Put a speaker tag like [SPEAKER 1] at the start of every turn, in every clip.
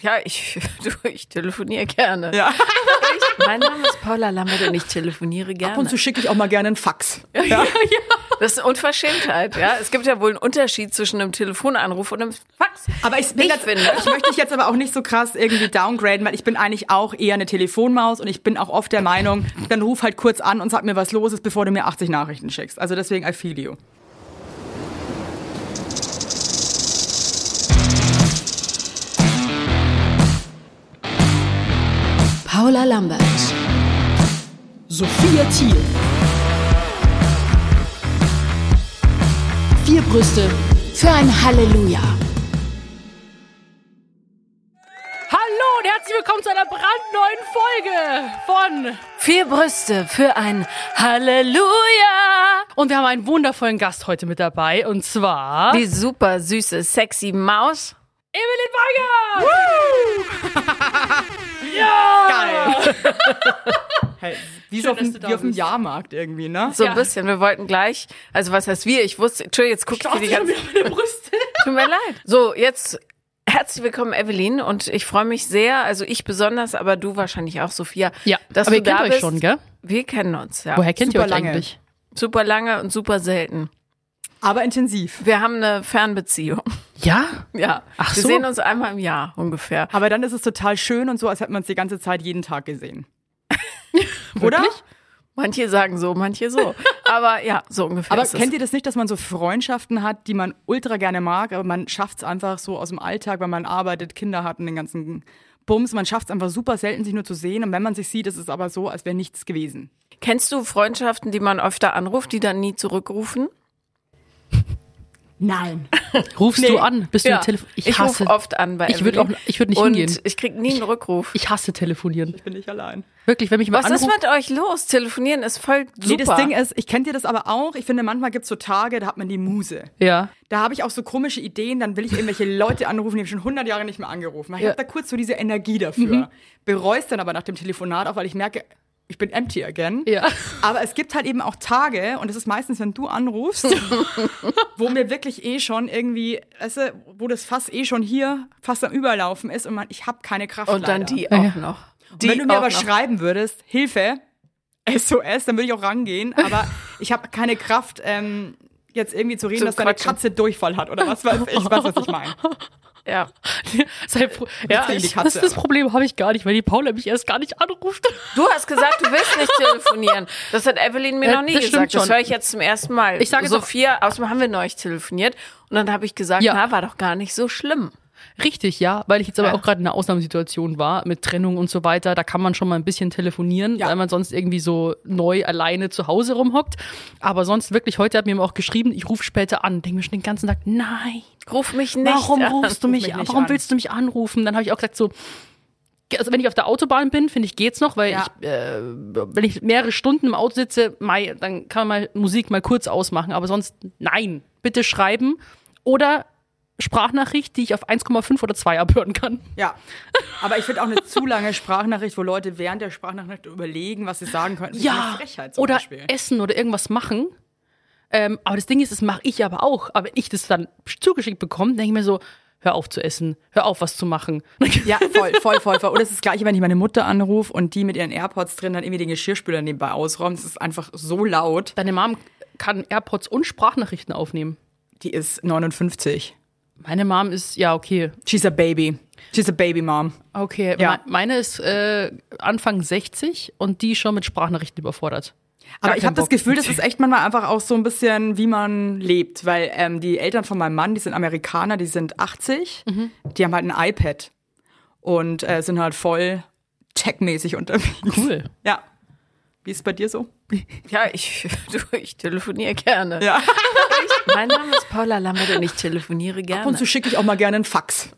[SPEAKER 1] Ja, ich, du, ich telefoniere gerne.
[SPEAKER 2] Ja.
[SPEAKER 1] Ich, mein Name ist Paula Lambert und ich telefoniere gerne.
[SPEAKER 2] Ab und zu schicke ich auch mal gerne einen Fax.
[SPEAKER 1] Das ist eine Unverschämtheit, ja. Es gibt ja wohl einen Unterschied zwischen einem Telefonanruf und einem Fax.
[SPEAKER 2] Aber ich, bin ne?
[SPEAKER 1] Ich
[SPEAKER 2] ganz,
[SPEAKER 1] finde-
[SPEAKER 2] ich möchte dich jetzt aber auch nicht so krass irgendwie downgraden, weil ich bin eigentlich auch eher eine Telefonmaus und ich bin auch oft der Meinung, dann ruf halt kurz an und sag mir, was los ist, bevor du mir 80 Nachrichten schickst. Also deswegen, I feel you.
[SPEAKER 3] Paula Lambert. Sophia Thiel. Vier Brüste für ein Halleluja.
[SPEAKER 4] Hallo und herzlich willkommen zu einer brandneuen Folge von.
[SPEAKER 1] Vier Brüste für ein Halleluja.
[SPEAKER 4] Und wir haben einen wundervollen Gast heute mit dabei und zwar.
[SPEAKER 1] Die super süße, sexy Maus.
[SPEAKER 4] Evelyn Weigert!
[SPEAKER 2] Hey, wie
[SPEAKER 4] Ah. Schön,
[SPEAKER 2] so auf,
[SPEAKER 4] dass du
[SPEAKER 2] dem-
[SPEAKER 4] da
[SPEAKER 2] wie auf dem
[SPEAKER 4] bist.
[SPEAKER 2] Jahrmarkt irgendwie, ne?
[SPEAKER 1] So ein
[SPEAKER 4] Ja.
[SPEAKER 1] bisschen, wir wollten gleich, also was heißt wir? Ich wusste, Entschuldigung, jetzt gucke ich
[SPEAKER 4] Oh,
[SPEAKER 1] dir die
[SPEAKER 4] ich hab
[SPEAKER 1] ganze
[SPEAKER 4] wieder meine Brüste.
[SPEAKER 1] Tut mir leid. So, jetzt herzlich willkommen, Evelyn. Und ich freue mich sehr, also ich besonders, aber du wahrscheinlich auch, Sophia.
[SPEAKER 4] Ja,
[SPEAKER 1] dass
[SPEAKER 4] aber
[SPEAKER 1] du
[SPEAKER 4] ihr
[SPEAKER 1] da
[SPEAKER 4] kennt euch
[SPEAKER 1] bist.
[SPEAKER 4] schon, gell?
[SPEAKER 1] Wir kennen uns, ja.
[SPEAKER 4] Woher kennt
[SPEAKER 2] Super
[SPEAKER 4] ihr euch
[SPEAKER 2] lange.
[SPEAKER 4] eigentlich?
[SPEAKER 1] Super lange und super selten.
[SPEAKER 2] Aber intensiv.
[SPEAKER 1] Wir haben eine Fernbeziehung.
[SPEAKER 4] Ja?
[SPEAKER 1] Ja.
[SPEAKER 4] Ach
[SPEAKER 1] wir
[SPEAKER 4] so.
[SPEAKER 1] sehen uns einmal im Jahr ungefähr.
[SPEAKER 2] Aber dann ist es total schön und so, als hätten wir uns die ganze Zeit jeden Tag gesehen. Oder?
[SPEAKER 1] Manche sagen so, manche so. aber ja, so ungefähr.
[SPEAKER 2] Aber
[SPEAKER 1] ist
[SPEAKER 2] kennt
[SPEAKER 1] es.
[SPEAKER 2] ihr das nicht, dass man so Freundschaften hat, die man ultra gerne mag, aber man schafft es einfach so aus dem Alltag, weil man arbeitet, Kinder hat und den ganzen Bums. Man schafft es einfach super selten, sich nur zu sehen. Und wenn man sich sieht, ist es aber so, als wäre nichts gewesen.
[SPEAKER 1] Kennst du Freundschaften, die man öfter anruft, die dann nie zurückrufen?
[SPEAKER 2] Nein.
[SPEAKER 4] Rufst du an? Bist du im Telefon?
[SPEAKER 1] Ich, rufe oft an bei
[SPEAKER 4] Ich würd
[SPEAKER 1] Evelyn.
[SPEAKER 4] auch- ich würd nicht
[SPEAKER 1] und
[SPEAKER 4] hingehen.
[SPEAKER 1] ich krieg nie einen Rückruf.
[SPEAKER 4] Ich hasse telefonieren.
[SPEAKER 2] Bin ich allein.
[SPEAKER 4] Wirklich, wenn mich jemand
[SPEAKER 1] Was
[SPEAKER 4] anruft.
[SPEAKER 1] ist mit euch los? Telefonieren ist voll super.
[SPEAKER 2] Nee, das Ding ist, ich kennt ihr das aber auch. Ich finde, manchmal gibt es so Tage, da hat man die Muse.
[SPEAKER 4] ja.
[SPEAKER 2] Da habe ich auch so komische Ideen, dann will ich irgendwelche Leute anrufen, die habe ich schon 100 Jahre nicht mehr angerufen. Ich habe da kurz so diese
[SPEAKER 1] Mhm.
[SPEAKER 2] Energie dafür. Bereust dann aber nach dem Telefonat auch, weil ich merke, ich bin empty again.
[SPEAKER 4] Ja.
[SPEAKER 2] Aber es gibt halt eben auch Tage, und das ist meistens, wenn du anrufst, wo mir wirklich eh schon irgendwie, weißt du, wo das Fass eh schon hier fast am Überlaufen ist und man, ich habe keine Kraft
[SPEAKER 1] Und dann
[SPEAKER 2] leider.
[SPEAKER 1] die
[SPEAKER 4] Ja,
[SPEAKER 1] auch
[SPEAKER 4] ja.
[SPEAKER 1] noch.
[SPEAKER 2] Und
[SPEAKER 1] Die
[SPEAKER 2] wenn du mir
[SPEAKER 1] auch
[SPEAKER 2] aber
[SPEAKER 1] noch.
[SPEAKER 2] schreiben würdest, Hilfe, SOS, dann würde ich auch rangehen. Aber ich habe keine Kraft, ähm, jetzt irgendwie zu reden,
[SPEAKER 1] Zu
[SPEAKER 2] dass deine
[SPEAKER 1] quatschen.
[SPEAKER 2] Katze Durchfall hat oder was weiß ich. Ich weiß, was ich meine.
[SPEAKER 1] Ja.
[SPEAKER 4] Sei froh. Ja,
[SPEAKER 2] kriegen die
[SPEAKER 4] ich,
[SPEAKER 2] Katze
[SPEAKER 4] das, das
[SPEAKER 2] an.
[SPEAKER 4] Problem habe ich gar nicht, weil die Paula mich erst gar nicht anruft.
[SPEAKER 1] Du hast gesagt, du willst nicht telefonieren. Das hat Evelyn mir
[SPEAKER 4] Ja,
[SPEAKER 1] noch nie
[SPEAKER 4] das stimmt
[SPEAKER 1] gesagt. Das
[SPEAKER 4] schon.
[SPEAKER 1] höre ich jetzt zum ersten Mal.
[SPEAKER 4] Ich sage jetzt
[SPEAKER 1] Sophia, außerdem haben wir neulich telefoniert. Und dann habe ich gesagt,
[SPEAKER 4] Ja.
[SPEAKER 1] na, war doch gar nicht so schlimm.
[SPEAKER 4] Richtig, ja, weil ich jetzt aber
[SPEAKER 1] Ja.
[SPEAKER 4] auch gerade in einer Ausnahmesituation war mit Trennung und so weiter. Da kann man schon mal ein bisschen telefonieren,
[SPEAKER 2] Ja.
[SPEAKER 4] weil man sonst irgendwie so neu alleine zu Hause rumhockt. Aber sonst wirklich, heute hat mir auch geschrieben, ich rufe später an. Denke mir schon den ganzen Tag, nein,
[SPEAKER 1] Ruf mich nicht
[SPEAKER 4] warum
[SPEAKER 1] an.
[SPEAKER 4] rufst du mich,
[SPEAKER 2] mich
[SPEAKER 4] an?
[SPEAKER 2] nicht
[SPEAKER 4] Warum
[SPEAKER 2] an.
[SPEAKER 4] willst du mich anrufen? Dann habe ich auch gesagt, so, also wenn ich auf der Autobahn bin, finde ich, geht's noch, weil
[SPEAKER 2] Ja.
[SPEAKER 4] ich, äh, wenn ich mehrere Stunden im Auto sitze, mei, dann kann man mal Musik mal kurz ausmachen. Aber sonst, nein, bitte schreiben oder Sprachnachricht, die ich auf 1,5 oder 2 abhören kann.
[SPEAKER 2] Ja. Aber ich finde auch eine zu lange Sprachnachricht, wo Leute während der Sprachnachricht überlegen, was sie sagen könnten. ist eine Frechheit zum
[SPEAKER 4] oder
[SPEAKER 2] Beispiel.
[SPEAKER 4] essen oder irgendwas machen. Ähm, aber das Ding ist, das mache ich aber auch. Aber wenn ich das dann zugeschickt bekomme, denke ich mir so, hör auf zu essen, hör auf was zu machen.
[SPEAKER 2] Ja, voll, voll, voll, voll. Oder es ist das gleiche, wenn ich meine Mutter anrufe und die mit ihren AirPods drin dann irgendwie den Geschirrspüler nebenbei ausräumt. Es ist einfach so laut.
[SPEAKER 4] Deine Mom kann AirPods und Sprachnachrichten aufnehmen.
[SPEAKER 2] Die ist 59.
[SPEAKER 4] Meine Mom ist, ja, okay.
[SPEAKER 2] She's a baby. She's a baby mom.
[SPEAKER 4] Okay,
[SPEAKER 2] Ja.
[SPEAKER 4] me- meine ist äh, Anfang 60 und die schon mit Sprachnachrichten überfordert.
[SPEAKER 2] Aber
[SPEAKER 4] Gar
[SPEAKER 2] ich
[SPEAKER 4] keinen
[SPEAKER 2] habe das
[SPEAKER 4] Bock.
[SPEAKER 2] Gefühl, das ist echt manchmal einfach auch so ein bisschen, wie man lebt. Weil ähm, die Eltern von meinem Mann, die sind Amerikaner, die sind 80, die haben halt ein iPad und äh, sind halt voll techmäßig unterwegs.
[SPEAKER 4] Cool.
[SPEAKER 2] Ja. Wie ist es bei dir so?
[SPEAKER 1] Ja, ich, du, ich telefoniere gerne.
[SPEAKER 2] Ja.
[SPEAKER 1] Mein Name ist Paula Lambert und ich telefoniere
[SPEAKER 2] Ab und
[SPEAKER 1] gerne.
[SPEAKER 2] zu schicke ich auch mal gerne einen Fax.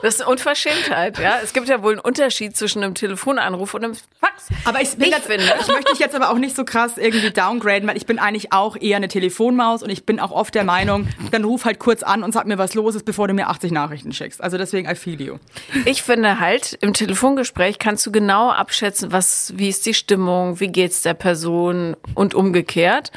[SPEAKER 1] Das ist eine Unverschämtheit, ja. Es gibt ja wohl einen Unterschied zwischen einem Telefonanruf und einem Fax.
[SPEAKER 2] Aber ich, bin
[SPEAKER 1] Ich
[SPEAKER 2] ganz-
[SPEAKER 1] finde-
[SPEAKER 2] ich möchte dich jetzt aber auch nicht so krass irgendwie downgraden, weil ich bin eigentlich auch eher eine Telefonmaus und ich bin auch oft der Meinung, dann ruf halt kurz an und sag mir, was los ist, bevor du mir 80 Nachrichten schickst. Also deswegen I feel you.
[SPEAKER 1] Ich finde halt, im Telefongespräch kannst du genau abschätzen, was, wie ist die Stimmung, wie geht's der Person und umgekehrt.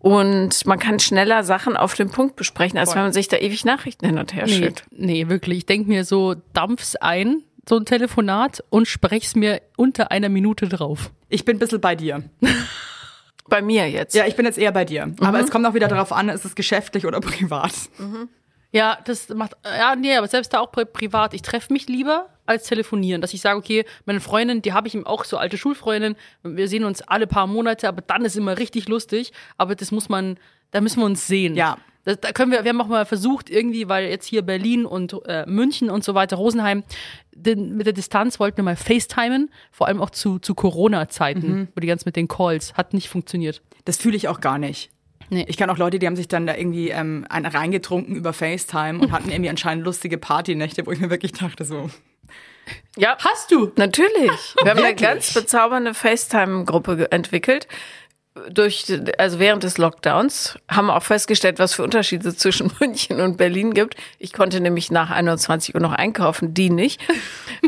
[SPEAKER 1] Und man kann schneller Sachen auf den Punkt besprechen, als wenn man sich da ewig Nachrichten hin und her
[SPEAKER 4] Nee,
[SPEAKER 1] schickt.
[SPEAKER 4] nee, wirklich. Ich denke mir so, dampf's ein, so ein Telefonat und sprech's mir unter einer Minute drauf.
[SPEAKER 2] Ich bin ein bisschen bei dir.
[SPEAKER 1] Bei mir jetzt.
[SPEAKER 2] Ja, ich bin jetzt eher bei dir.
[SPEAKER 1] Mhm.
[SPEAKER 2] Aber es kommt auch wieder darauf an, ist es geschäftlich oder privat.
[SPEAKER 4] Ja, das macht, ja, nee, aber selbst da auch pri- privat. Ich treffe mich lieber als telefonieren, dass ich sage, okay, meine Freundin, die habe ich eben auch so alte Schulfreundin, wir sehen uns alle paar Monate, aber dann ist immer richtig lustig, aber das muss man, da müssen wir uns sehen.
[SPEAKER 2] Ja.
[SPEAKER 4] Da, da können wir, wir haben auch mal versucht, irgendwie, weil jetzt hier Berlin und äh, München und so weiter, Rosenheim, den, mit der Distanz wollten wir mal FaceTimen, vor allem auch zu, zu Corona-Zeiten, wo die ganz mit den Calls, hat nicht funktioniert.
[SPEAKER 2] Das fühle ich auch gar nicht.
[SPEAKER 4] Nee.
[SPEAKER 2] Ich kann auch Leute, die haben sich dann da irgendwie ähm, einen reingetrunken über FaceTime und hatten irgendwie anscheinend lustige Partynächte, wo ich mir wirklich dachte,
[SPEAKER 1] Mhm.
[SPEAKER 2] so,
[SPEAKER 1] Ja.
[SPEAKER 4] Hast du?
[SPEAKER 1] Natürlich. Wir haben eine
[SPEAKER 2] Wirklich?
[SPEAKER 1] ganz bezaubernde FaceTime-Gruppe ge- entwickelt. Durch, also während des Lockdowns haben wir auch festgestellt, was für Unterschiede zwischen München und Berlin gibt. Ich konnte nämlich nach 21 Uhr noch einkaufen, die nicht.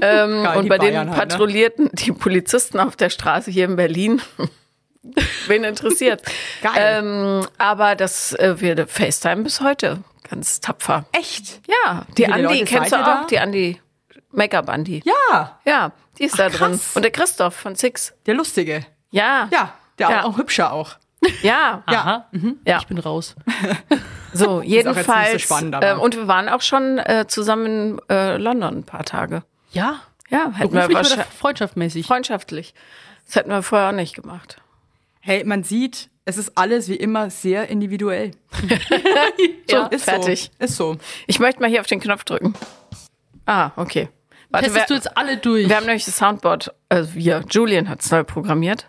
[SPEAKER 1] Ähm,
[SPEAKER 2] Geil,
[SPEAKER 1] und
[SPEAKER 2] die
[SPEAKER 1] bei
[SPEAKER 2] Bayern
[SPEAKER 1] den
[SPEAKER 2] halt, ne?
[SPEAKER 1] patrouillierten, die Polizisten auf der Straße hier in Berlin, wen interessiert.
[SPEAKER 2] Geil.
[SPEAKER 1] Ähm, aber das, äh, wir FaceTime bis heute. Ganz tapfer.
[SPEAKER 2] echt?
[SPEAKER 1] Ja, die
[SPEAKER 2] viele
[SPEAKER 1] Andi,
[SPEAKER 2] Leute
[SPEAKER 1] kennst du
[SPEAKER 2] seid
[SPEAKER 1] auch?
[SPEAKER 2] ihr da?
[SPEAKER 1] Die Andi, Make-up-Andi.
[SPEAKER 2] Ja,
[SPEAKER 1] Ja, die ist da drin.
[SPEAKER 2] krass.
[SPEAKER 1] Und der Christoph von Six.
[SPEAKER 2] der Lustige.
[SPEAKER 1] Ja.
[SPEAKER 2] Ja, der
[SPEAKER 1] Ja.
[SPEAKER 2] Auch, auch hübscher auch.
[SPEAKER 1] Ja.
[SPEAKER 2] Ja.
[SPEAKER 4] Aha. Mhm.
[SPEAKER 1] Ja.
[SPEAKER 4] Ich bin raus.
[SPEAKER 1] So,
[SPEAKER 2] auch jetzt nicht so
[SPEAKER 1] jedenfalls.
[SPEAKER 2] spannend, aber-
[SPEAKER 1] ähm, und wir waren auch schon äh, zusammen in äh, London ein paar Tage.
[SPEAKER 4] Ja.
[SPEAKER 1] Ja, hätten wir
[SPEAKER 4] Beruflich oder
[SPEAKER 1] wahrscheinlich.
[SPEAKER 4] freundschaftmäßig?
[SPEAKER 1] Freundschaftlich. Das hätten wir vorher auch nicht gemacht.
[SPEAKER 2] Hey, man sieht, es ist alles wie immer sehr individuell.
[SPEAKER 1] Ja,
[SPEAKER 2] ist
[SPEAKER 1] fertig.
[SPEAKER 2] So. Ist so.
[SPEAKER 1] Ich möchte mal hier auf den Knopf drücken. Ah, okay. Warte, wer,
[SPEAKER 4] Testest du jetzt alle durch?
[SPEAKER 1] wir haben nämlich das Soundboard. Also wir, Julian hat es neu programmiert.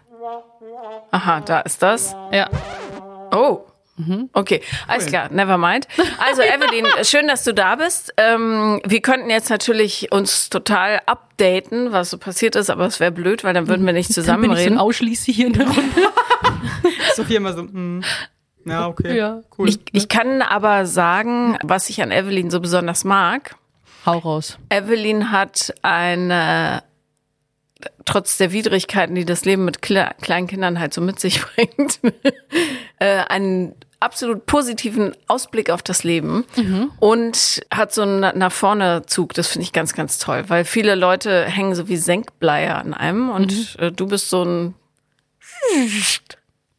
[SPEAKER 1] Aha, da ist das.
[SPEAKER 4] ja.
[SPEAKER 1] Oh. Okay, alles klar, never mind. Also Evelyn, schön, dass du da bist. Ähm, wir könnten jetzt natürlich uns total updaten, was so passiert ist, aber es wäre blöd, weil dann würden wir nicht
[SPEAKER 4] Dann bin ich so
[SPEAKER 1] zusammenreden.
[SPEAKER 4] ein Ausschließe hier in der Runde.
[SPEAKER 2] Sophie immer so, hm. Ja, okay.
[SPEAKER 4] Ja.
[SPEAKER 2] Cool.
[SPEAKER 1] Ich, ich kann aber sagen, was ich an Evelyn so besonders mag.
[SPEAKER 4] Hau raus.
[SPEAKER 1] Evelyn hat eine, trotz der Widrigkeiten, die das Leben mit Kle kleinen Kindern halt so mit sich bringt, äh, einen absolut positiven Ausblick auf das Leben
[SPEAKER 2] Mhm.
[SPEAKER 1] und hat so einen Na- nach vorne Zug. Das finde ich ganz, ganz toll, weil viele Leute hängen so wie Senkbleier an einem und
[SPEAKER 2] Mhm.
[SPEAKER 1] äh, du bist so ein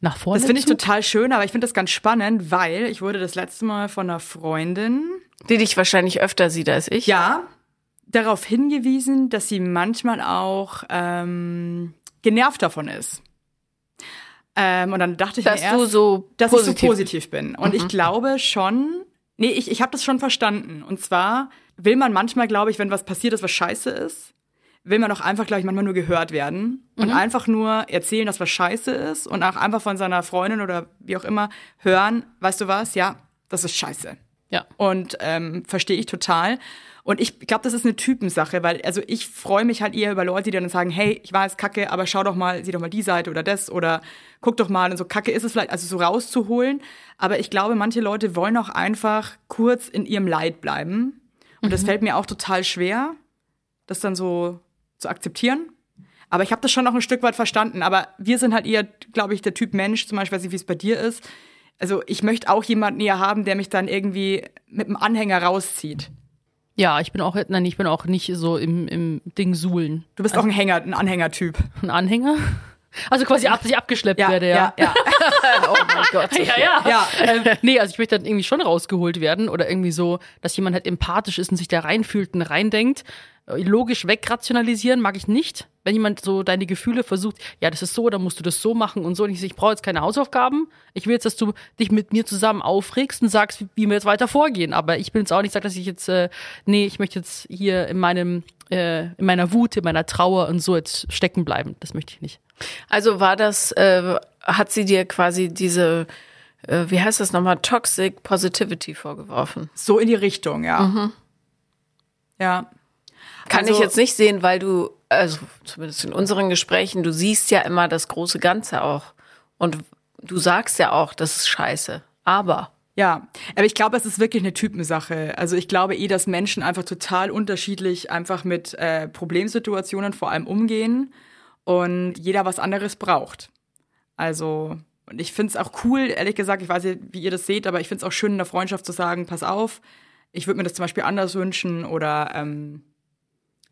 [SPEAKER 4] Nach vorne.
[SPEAKER 2] das finde ich
[SPEAKER 4] zu?
[SPEAKER 2] total schön, aber ich finde das ganz spannend, weil ich wurde das letzte Mal von einer Freundin
[SPEAKER 1] die dich wahrscheinlich öfter sieht als ich.
[SPEAKER 2] ja, darauf hingewiesen, dass sie manchmal auch ähm, genervt davon ist. Ähm, und dann dachte ich
[SPEAKER 1] Dass
[SPEAKER 2] mir erst,
[SPEAKER 1] du so
[SPEAKER 2] dass
[SPEAKER 1] positiv
[SPEAKER 2] ich so positiv bin. Und ich glaube schon, nee, ich, ich habe das schon verstanden. Und zwar will man manchmal, glaube ich, wenn was passiert ist, was scheiße ist, will man auch einfach, glaube ich, manchmal nur gehört werden und einfach nur erzählen, dass was scheiße ist und auch einfach von seiner Freundin oder wie auch immer hören, weißt du was, ja, das ist scheiße.
[SPEAKER 4] Ja.
[SPEAKER 2] Und ähm, verstehe ich total. Und ich glaube, das ist eine Typensache, weil also ich freue mich halt eher über Leute, die dann sagen, hey, ich weiß, kacke, aber schau doch mal, sieh doch mal die Seite oder das oder guck doch mal und so kacke ist es vielleicht, also so rauszuholen. Aber ich glaube, manche Leute wollen auch einfach kurz in ihrem Leid bleiben. Und das fällt mir auch total schwer, das dann so zu akzeptieren. Aber ich habe das schon noch ein Stück weit verstanden. Aber wir sind halt eher, glaube ich, der Typ Mensch, zum Beispiel, weiß nicht, wie es bei dir ist. Also ich möchte auch jemanden eher haben, der mich dann irgendwie mit einem Anhänger rauszieht.
[SPEAKER 4] Ja, ich bin auch, nein, ich bin auch nicht so im, im Ding suhlen.
[SPEAKER 2] Du bist auch ein Hänger, ein Anhängertyp.
[SPEAKER 4] Ein Anhänger? Also quasi ab, dass ich abgeschleppt werde, ja.
[SPEAKER 2] ja,
[SPEAKER 1] Oh mein Gott. Sophia.
[SPEAKER 4] ja.
[SPEAKER 2] ja.
[SPEAKER 4] ähm, nee, also ich möchte dann irgendwie schon rausgeholt werden oder irgendwie so, dass jemand halt empathisch ist und sich da reinfühlt und reindenkt. Äh, Logisch wegrationalisieren mag ich nicht. Wenn jemand so deine Gefühle versucht, ja, das ist so, dann musst du das so machen und so. Und ich, so, ich brauche jetzt keine Hausaufgaben. Ich will jetzt, dass du dich mit mir zusammen aufregst und sagst, wie, wie wir jetzt weiter vorgehen. Aber ich bin jetzt auch nicht, sag, dass ich jetzt, äh, nee, ich möchte jetzt hier in meinem, äh, in meiner Wut, in meiner Trauer und so jetzt stecken bleiben. Das möchte ich nicht.
[SPEAKER 1] Also war das, äh, hat sie dir quasi diese, äh, wie heißt das nochmal, Toxic Positivity vorgeworfen?
[SPEAKER 2] So in die Richtung, ja.
[SPEAKER 4] Mhm.
[SPEAKER 2] Ja.
[SPEAKER 1] Kann
[SPEAKER 2] Also-
[SPEAKER 1] ich jetzt nicht sehen, weil du, also zumindest in unseren Gesprächen, du siehst ja immer das große Ganze auch. Und du sagst ja auch, das ist scheiße. Aber
[SPEAKER 2] Ja, aber ich glaube, es ist wirklich eine Typensache. Also ich glaube eh, dass Menschen einfach total unterschiedlich einfach mit äh, Problemsituationen vor allem umgehen und jeder was anderes braucht. Also Und ich finde es auch cool, ehrlich gesagt, ich weiß nicht, wie ihr das seht, aber ich finde es auch schön, in der Freundschaft zu sagen, pass auf, ich würde mir das zum Beispiel anders wünschen oder ähm,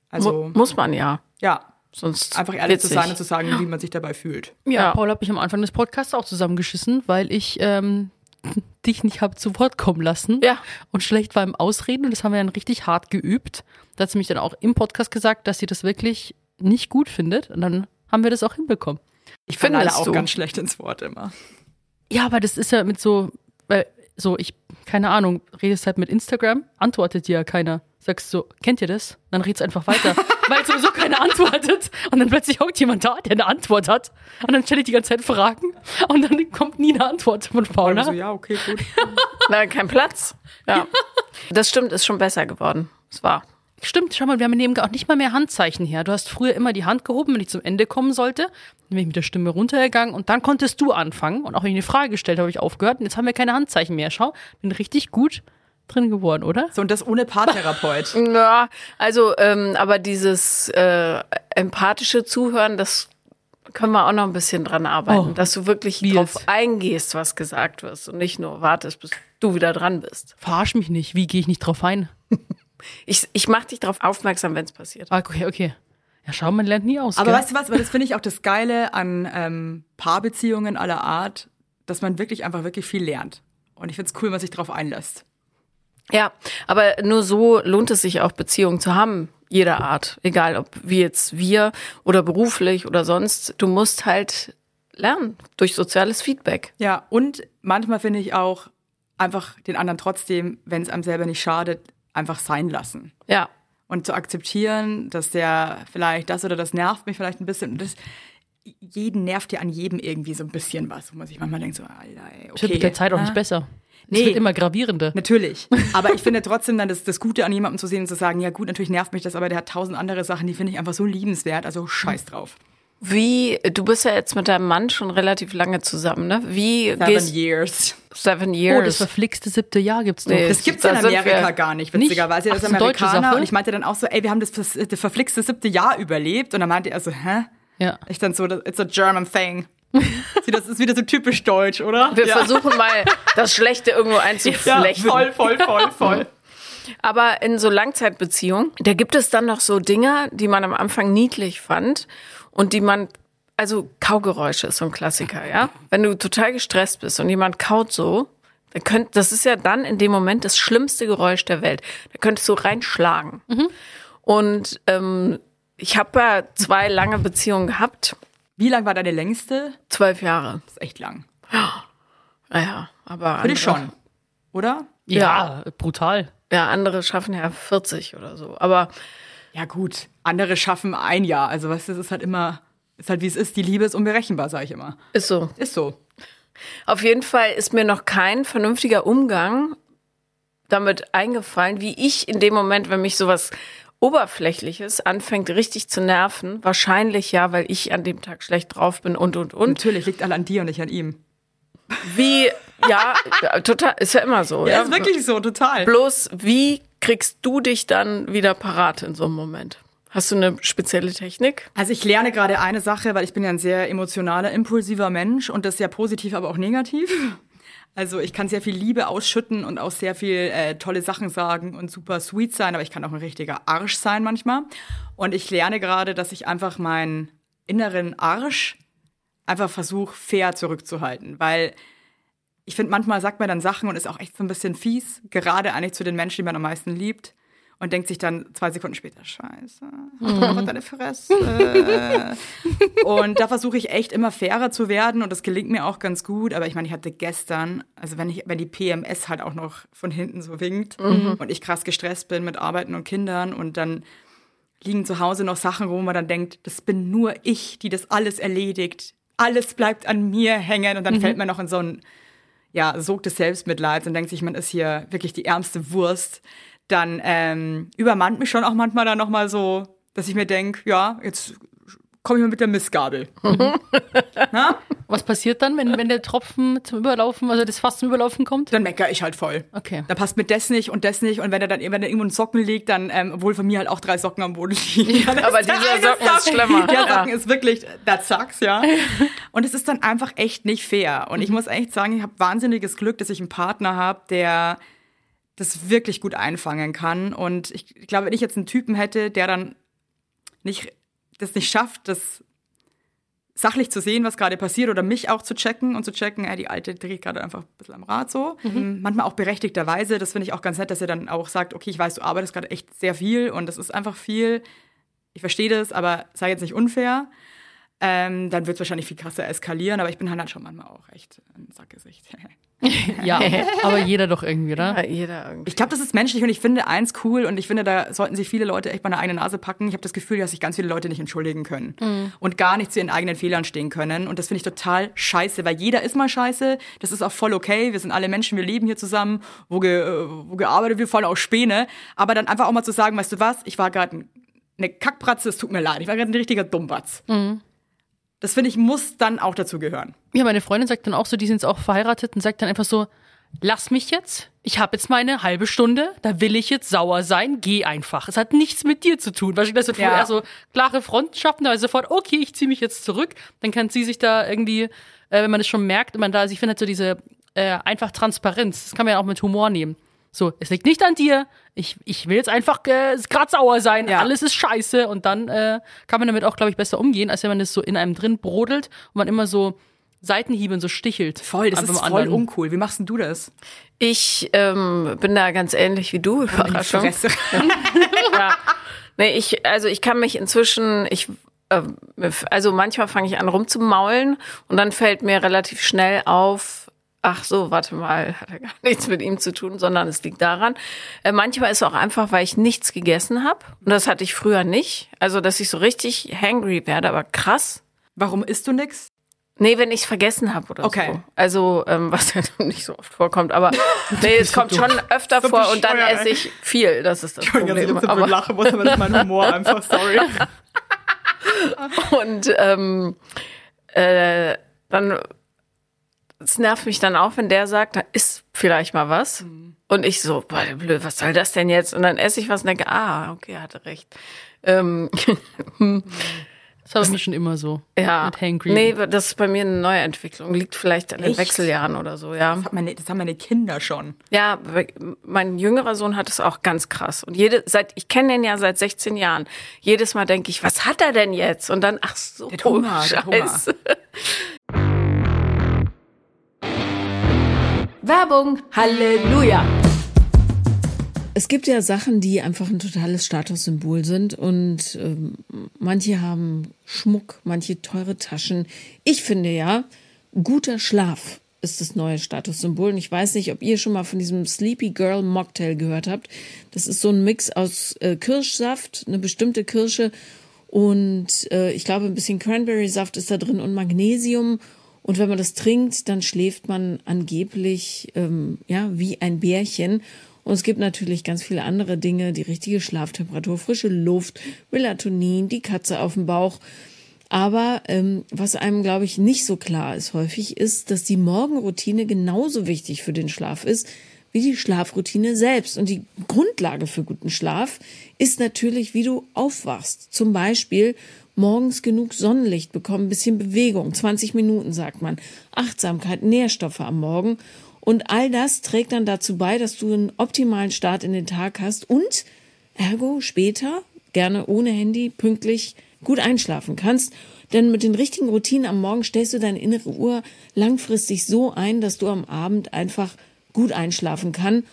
[SPEAKER 2] also
[SPEAKER 1] Mu muss man ja.
[SPEAKER 2] ja,
[SPEAKER 1] Sonst
[SPEAKER 2] einfach ehrlich
[SPEAKER 1] witzig.
[SPEAKER 2] zu sein und zu sagen, wie man sich dabei fühlt.
[SPEAKER 4] Ja,
[SPEAKER 1] Ja.
[SPEAKER 4] Paul hat mich am Anfang des Podcasts auch zusammengeschissen, weil ich ähm, dich nicht habe zu Wort kommen lassen
[SPEAKER 1] Ja.
[SPEAKER 4] und schlecht war im Ausreden. Und das haben wir dann richtig hart geübt. Da hat sie mich dann auch im Podcast gesagt, dass sie das wirklich nicht gut findet. Und dann haben wir das auch hinbekommen.
[SPEAKER 2] Ich finde
[SPEAKER 1] Findest
[SPEAKER 2] auch
[SPEAKER 1] du?
[SPEAKER 2] ganz schlecht ins Wort immer.
[SPEAKER 4] Ja, aber das ist ja mit so, weil so ich, keine Ahnung, redest halt mit Instagram, antwortet dir ja keiner. Sagst so, kennt ihr das? Dann redst einfach weiter, weil sowieso keiner antwortet. Und dann plötzlich hockt jemand da, der eine Antwort hat. Und dann stelle ich die ganze Zeit Fragen und dann kommt nie eine Antwort von Paula.
[SPEAKER 2] Also ja, okay, gut.
[SPEAKER 1] Na, kein Platz. Ja. Das stimmt, ist schon besser geworden. Es war.
[SPEAKER 4] Stimmt, schau mal, wir haben neben auch nicht mal mehr Handzeichen her. Du hast früher immer die Hand gehoben, wenn ich zum Ende kommen sollte. Dann bin ich mit der Stimme runtergegangen und dann konntest du anfangen. Und auch wenn ich eine Frage gestellt habe, habe ich aufgehört. Und jetzt haben wir keine Handzeichen mehr. Schau, bin richtig gut drin geworden, oder?
[SPEAKER 2] So, und das ohne Paartherapeut.
[SPEAKER 1] Ja, also, ähm, aber dieses äh, empathische Zuhören, das können wir auch noch ein bisschen dran arbeiten,
[SPEAKER 4] Oh,
[SPEAKER 1] dass du wirklich
[SPEAKER 4] wie
[SPEAKER 1] drauf
[SPEAKER 4] jetzt?
[SPEAKER 1] eingehst, was gesagt wird und nicht nur wartest, bis du wieder dran bist.
[SPEAKER 4] Verarsch mich nicht. Wie gehe ich nicht drauf ein?
[SPEAKER 1] Ich, ich mach dich darauf aufmerksam, wenn es passiert.
[SPEAKER 4] Ah, Okay, okay. Ja, schau, man lernt nie aus.
[SPEAKER 2] Aber
[SPEAKER 4] gell?
[SPEAKER 2] weißt du was, weil das finde ich auch das Geile an ähm, Paarbeziehungen aller Art, dass man wirklich einfach wirklich viel lernt. Und ich finde es cool, wenn man sich darauf einlässt.
[SPEAKER 1] Ja, aber nur so lohnt es sich auch, Beziehungen zu haben, jeder Art. Egal, ob wie jetzt wir oder beruflich oder sonst. Du musst halt lernen durch soziales Feedback.
[SPEAKER 2] Ja, und manchmal finde ich auch einfach den anderen trotzdem, wenn es einem selber nicht schadet, einfach sein lassen.
[SPEAKER 1] Ja,
[SPEAKER 2] Und zu akzeptieren, dass der vielleicht das oder das nervt mich vielleicht ein bisschen. Und das, jeden nervt ja an jedem irgendwie so ein bisschen was, wo man sich manchmal denkt, so, Alter, ey, okay. ne?"
[SPEAKER 4] Es wird mit der Zeit auch nicht besser. Es
[SPEAKER 2] Nee.
[SPEAKER 4] wird immer gravierender.
[SPEAKER 2] Natürlich. Aber ich finde trotzdem dann das, das Gute an jemandem zu sehen und zu sagen, ja gut, natürlich nervt mich das, aber der hat tausend andere Sachen, die finde ich einfach so liebenswert, also scheiß drauf.
[SPEAKER 1] Wie, du bist ja jetzt mit deinem Mann schon relativ lange zusammen, ne? Wie gehst
[SPEAKER 2] years.
[SPEAKER 1] seven
[SPEAKER 4] Oh, das
[SPEAKER 1] years?
[SPEAKER 4] verflixte siebte Jahr gibt's doch.
[SPEAKER 1] Nee.
[SPEAKER 2] Das gibt's ja in
[SPEAKER 1] Da sind
[SPEAKER 2] Amerika
[SPEAKER 1] wir
[SPEAKER 2] gar nicht,
[SPEAKER 4] nicht.
[SPEAKER 2] witzigerweise.
[SPEAKER 4] Ach,
[SPEAKER 2] Das ist
[SPEAKER 4] das ist eine deutsche
[SPEAKER 2] Amerikaner.
[SPEAKER 4] Sache?
[SPEAKER 2] Und ich meinte dann auch so, ey, wir haben das, vers- äh, das verflixte siebte Jahr überlebt. Und dann meinte er so, hä?
[SPEAKER 4] Ja.
[SPEAKER 2] Ich dann so, it's a German thing. Sie, das ist wieder so typisch deutsch, oder?
[SPEAKER 1] wir versuchen mal, das Schlechte irgendwo
[SPEAKER 2] ja,
[SPEAKER 1] einzuflechten.
[SPEAKER 2] voll, voll, voll, voll.
[SPEAKER 1] Aber in so Langzeitbeziehungen, da gibt es dann noch so Dinger, die man am Anfang niedlich fand und die man, also Kaugeräusche ist so ein Klassiker, ja? Wenn du total gestresst bist und jemand kaut so, dann könnt, das ist ja dann in dem Moment das schlimmste Geräusch der Welt. Da könntest du reinschlagen. Und ähm, ich habe ja zwei lange Beziehungen gehabt,
[SPEAKER 2] Wie lang war deine längste?
[SPEAKER 1] zwölf Jahre.
[SPEAKER 2] Das ist echt lang.
[SPEAKER 1] Naja, aber
[SPEAKER 2] Finde
[SPEAKER 1] andere,
[SPEAKER 2] ich schon. Oder?
[SPEAKER 4] Ja, brutal.
[SPEAKER 1] ja, andere schaffen ja 40 oder so. Aber
[SPEAKER 2] Ja, gut. Andere schaffen ein Jahr. Also, weißt du, es ist halt immer, ist halt wie es ist. Die Liebe ist unberechenbar, sage ich immer.
[SPEAKER 1] ist so.
[SPEAKER 2] Ist so.
[SPEAKER 1] Auf jeden Fall ist mir noch kein vernünftiger Umgang damit eingefallen, wie ich in dem Moment, wenn mich sowas Oberflächliches anfängt, richtig zu nerven. Wahrscheinlich ja, weil ich an dem Tag schlecht drauf bin und, und, und.
[SPEAKER 2] Natürlich liegt alle an dir und nicht an ihm.
[SPEAKER 1] Wie, ja, total, ist ja immer so. Ja,
[SPEAKER 2] Ja, ist wirklich so, total.
[SPEAKER 1] Bloß, wie kriegst du dich dann wieder parat in so einem Moment? Hast du eine spezielle Technik?
[SPEAKER 2] Also ich lerne gerade eine Sache, weil ich bin ja ein sehr emotionaler, impulsiver Mensch und das sehr positiv, aber auch negativ. Also ich kann sehr viel Liebe ausschütten und auch sehr viel äh, tolle Sachen sagen und super sweet sein, aber ich kann auch ein richtiger Arsch sein manchmal. Und ich lerne gerade, dass ich einfach meinen inneren Arsch einfach versuche, fair zurückzuhalten, weil ich finde, manchmal sagt man dann Sachen und ist auch echt so ein bisschen fies, gerade eigentlich zu den Menschen, die man am meisten liebt. Und denkt sich dann zwei Sekunden später, scheiße, mhm. deine Fresse. Und da versuche ich echt immer fairer zu werden und das gelingt mir auch ganz gut. Aber ich meine, ich hatte gestern, also wenn ich, wenn die PMS halt auch noch von hinten so winkt und ich krass gestresst bin mit Arbeiten und Kindern und dann liegen zu Hause noch Sachen, wo man dann denkt, das bin nur ich, die das alles erledigt. Alles bleibt an mir hängen und dann fällt man noch in so einen ja, Sog des Selbstmitleids und denkt sich, man ist hier wirklich die ärmste Wurst. Dann ähm, übermannt mich schon auch manchmal dann nochmal so, dass ich mir denke, ja, jetzt komme ich mal mit der Missgabel. Na?
[SPEAKER 4] Was passiert dann, wenn, wenn der Tropfen zum Überlaufen, also das Fass zum Überlaufen kommt?
[SPEAKER 2] Dann meckere ich halt voll.
[SPEAKER 4] Okay.
[SPEAKER 2] Da passt mir das nicht und das nicht. Und wenn er dann wenn er irgendwo einen Socken legt, dann, ähm, obwohl von mir halt auch drei Socken am Boden liegen. Ja,
[SPEAKER 5] aber dieser Socken ist schlimmer.
[SPEAKER 2] Der Socken ist wirklich, that sucks, ja. Und es ist dann einfach echt nicht fair. Und ich muss echt sagen, ich habe wahnsinniges Glück, dass ich einen Partner habe, der das wirklich gut einfangen kann. Und ich, ich glaube, wenn ich jetzt einen Typen hätte, der dann nicht, das nicht schafft, das sachlich zu sehen, was gerade passiert oder mich auch zu checken und zu checken, ey, die Alte dreht gerade einfach ein bisschen am Rad so.
[SPEAKER 5] Mhm.
[SPEAKER 2] Ähm, Manchmal auch berechtigterweise, das finde ich auch ganz nett, dass er dann auch sagt, okay, ich weiß, du arbeitest gerade echt sehr viel und das ist einfach viel. Ich verstehe das, aber sei jetzt nicht unfair. Ähm, dann wird es wahrscheinlich viel krasser eskalieren, aber ich bin halt schon manchmal auch echt ein Sackgesicht.
[SPEAKER 4] Ja, aber jeder doch irgendwie, oder?
[SPEAKER 5] Jeder irgendwie.
[SPEAKER 2] Ich glaube, das ist menschlich und ich finde eins cool und ich finde, da sollten sich viele Leute echt mal eine eigene Nase packen. Ich habe das Gefühl, dass sich ganz viele Leute nicht entschuldigen können und gar nicht zu ihren eigenen Fehlern stehen können. Und das finde ich total scheiße, weil jeder ist mal scheiße. Das ist auch voll okay. Wir sind alle Menschen, wir leben hier zusammen, wo, ge, äh, wo gearbeitet wird, vor allem auch Späne. Aber dann einfach auch mal zu sagen, weißt du was, ich war gerade ein, eine Kackbratze, es tut mir leid. Ich war gerade ein richtiger Dummbatz. Das finde ich, muss dann auch dazu gehören.
[SPEAKER 4] Ja, meine Freundin sagt dann auch so, die sind jetzt auch verheiratet und sagt dann einfach so, lass mich jetzt, ich habe jetzt meine halbe Stunde, da will ich jetzt sauer sein, geh einfach. Es hat nichts mit dir zu tun. Wahrscheinlich, dass wir
[SPEAKER 2] Ja.
[SPEAKER 4] vorher so also, klare Fronten schaffen, da ist sofort, okay, ich ziehe mich jetzt zurück. Dann kann sie sich da irgendwie, äh, wenn man es schon merkt, wenn man da, ist, ich finde halt so diese äh, einfach Transparenz, das kann man ja auch mit Humor nehmen. So, es liegt nicht an dir. Ich, ich will jetzt einfach äh, grad sauer sein.
[SPEAKER 2] Ja.
[SPEAKER 4] Alles ist scheiße. Und dann äh, kann man damit auch, glaube ich, besser umgehen, als wenn man das so in einem drin brodelt und man immer so Seitenhiebe und so stichelt.
[SPEAKER 2] Voll, das
[SPEAKER 4] An
[SPEAKER 2] ist
[SPEAKER 4] beim
[SPEAKER 2] voll
[SPEAKER 4] anderen.
[SPEAKER 2] uncool. Wie machst denn du das?
[SPEAKER 5] Ich ähm, bin da ganz ähnlich wie du, Überraschung. ja. Nee, ich, also ich kann mich inzwischen, ich, äh, also manchmal fange ich an rumzumaulen und dann fällt mir relativ schnell auf, ach so, warte mal, hat ja gar nichts mit ihm zu tun, sondern es liegt daran. Äh, manchmal ist auch einfach, weil ich nichts gegessen habe und das hatte ich früher nicht. Also, dass ich so richtig hangry werde, aber krass.
[SPEAKER 2] Warum isst du nix?
[SPEAKER 5] Nee, wenn ich es vergessen habe oder
[SPEAKER 2] Okay.
[SPEAKER 5] so. Also, ähm, was ja nicht so oft vorkommt, aber nee, es kommt schon öfter
[SPEAKER 2] So
[SPEAKER 5] vor und dann
[SPEAKER 2] bescheuert,
[SPEAKER 5] esse ich viel. Das ist das Problem.
[SPEAKER 2] aber lachen muss, aber das ist mein Humor einfach, sorry.
[SPEAKER 5] Und ähm, äh, dann es nervt mich dann auch, wenn der sagt, da ist vielleicht mal was.
[SPEAKER 2] Mhm.
[SPEAKER 5] Und ich so, boah, der blöd, was soll das denn jetzt? Und dann esse ich was und denke, ah, okay, er hatte recht. Ähm,
[SPEAKER 4] Das war bei mir schon immer so.
[SPEAKER 5] ja.
[SPEAKER 4] Mit Hangry.
[SPEAKER 5] Nee, das ist bei mir eine Neuentwicklung. Liegt vielleicht an den
[SPEAKER 2] Echt?
[SPEAKER 5] Wechseljahren oder so, ja.
[SPEAKER 2] Das, hat meine, das haben meine Kinder schon.
[SPEAKER 5] Ja, mein jüngerer Sohn hat es auch ganz krass. Und jede, seit, ich kenne den ja seit 16 Jahren. Jedes Mal denke ich, was hat er denn jetzt? Und dann, ach so,
[SPEAKER 2] Der hat Hunger, der hat Hunger.
[SPEAKER 5] scheiße.
[SPEAKER 6] Werbung, Halleluja.
[SPEAKER 1] Es gibt ja Sachen, die einfach ein totales Statussymbol sind und ähm, manche haben Schmuck, manche teure Taschen. Ich finde ja, guter Schlaf ist das neue Statussymbol und ich weiß nicht, ob ihr schon mal von diesem Sleepy Girl Mocktail gehört habt. Das ist so ein Mix aus äh, Kirschsaft, eine bestimmte Kirsche und äh, ich glaube, ein bisschen Cranberry-Saft ist da drin und Magnesium. Und wenn man das trinkt, dann schläft man angeblich ähm, ja wie ein Bärchen. Und es gibt natürlich ganz viele andere Dinge: die richtige Schlaftemperatur, frische Luft, Melatonin, die Katze auf dem Bauch. Aber ähm, was einem, glaube ich, nicht so klar ist häufig, ist, dass die Morgenroutine genauso wichtig für den Schlaf ist wie die Schlafroutine selbst. Und die Grundlage für guten Schlaf ist natürlich, wie du aufwachst. Zum Beispiel morgens genug Sonnenlicht bekommen, ein bisschen Bewegung, 20 Minuten sagt man, Achtsamkeit, Nährstoffe am Morgen. Und all das trägt dann dazu bei, dass du einen optimalen Start in den Tag hast und ergo später, gerne ohne Handy, pünktlich gut einschlafen kannst. Denn mit den richtigen Routinen am Morgen stellst du deine innere Uhr langfristig so ein, dass du am Abend einfach gut einschlafen kann.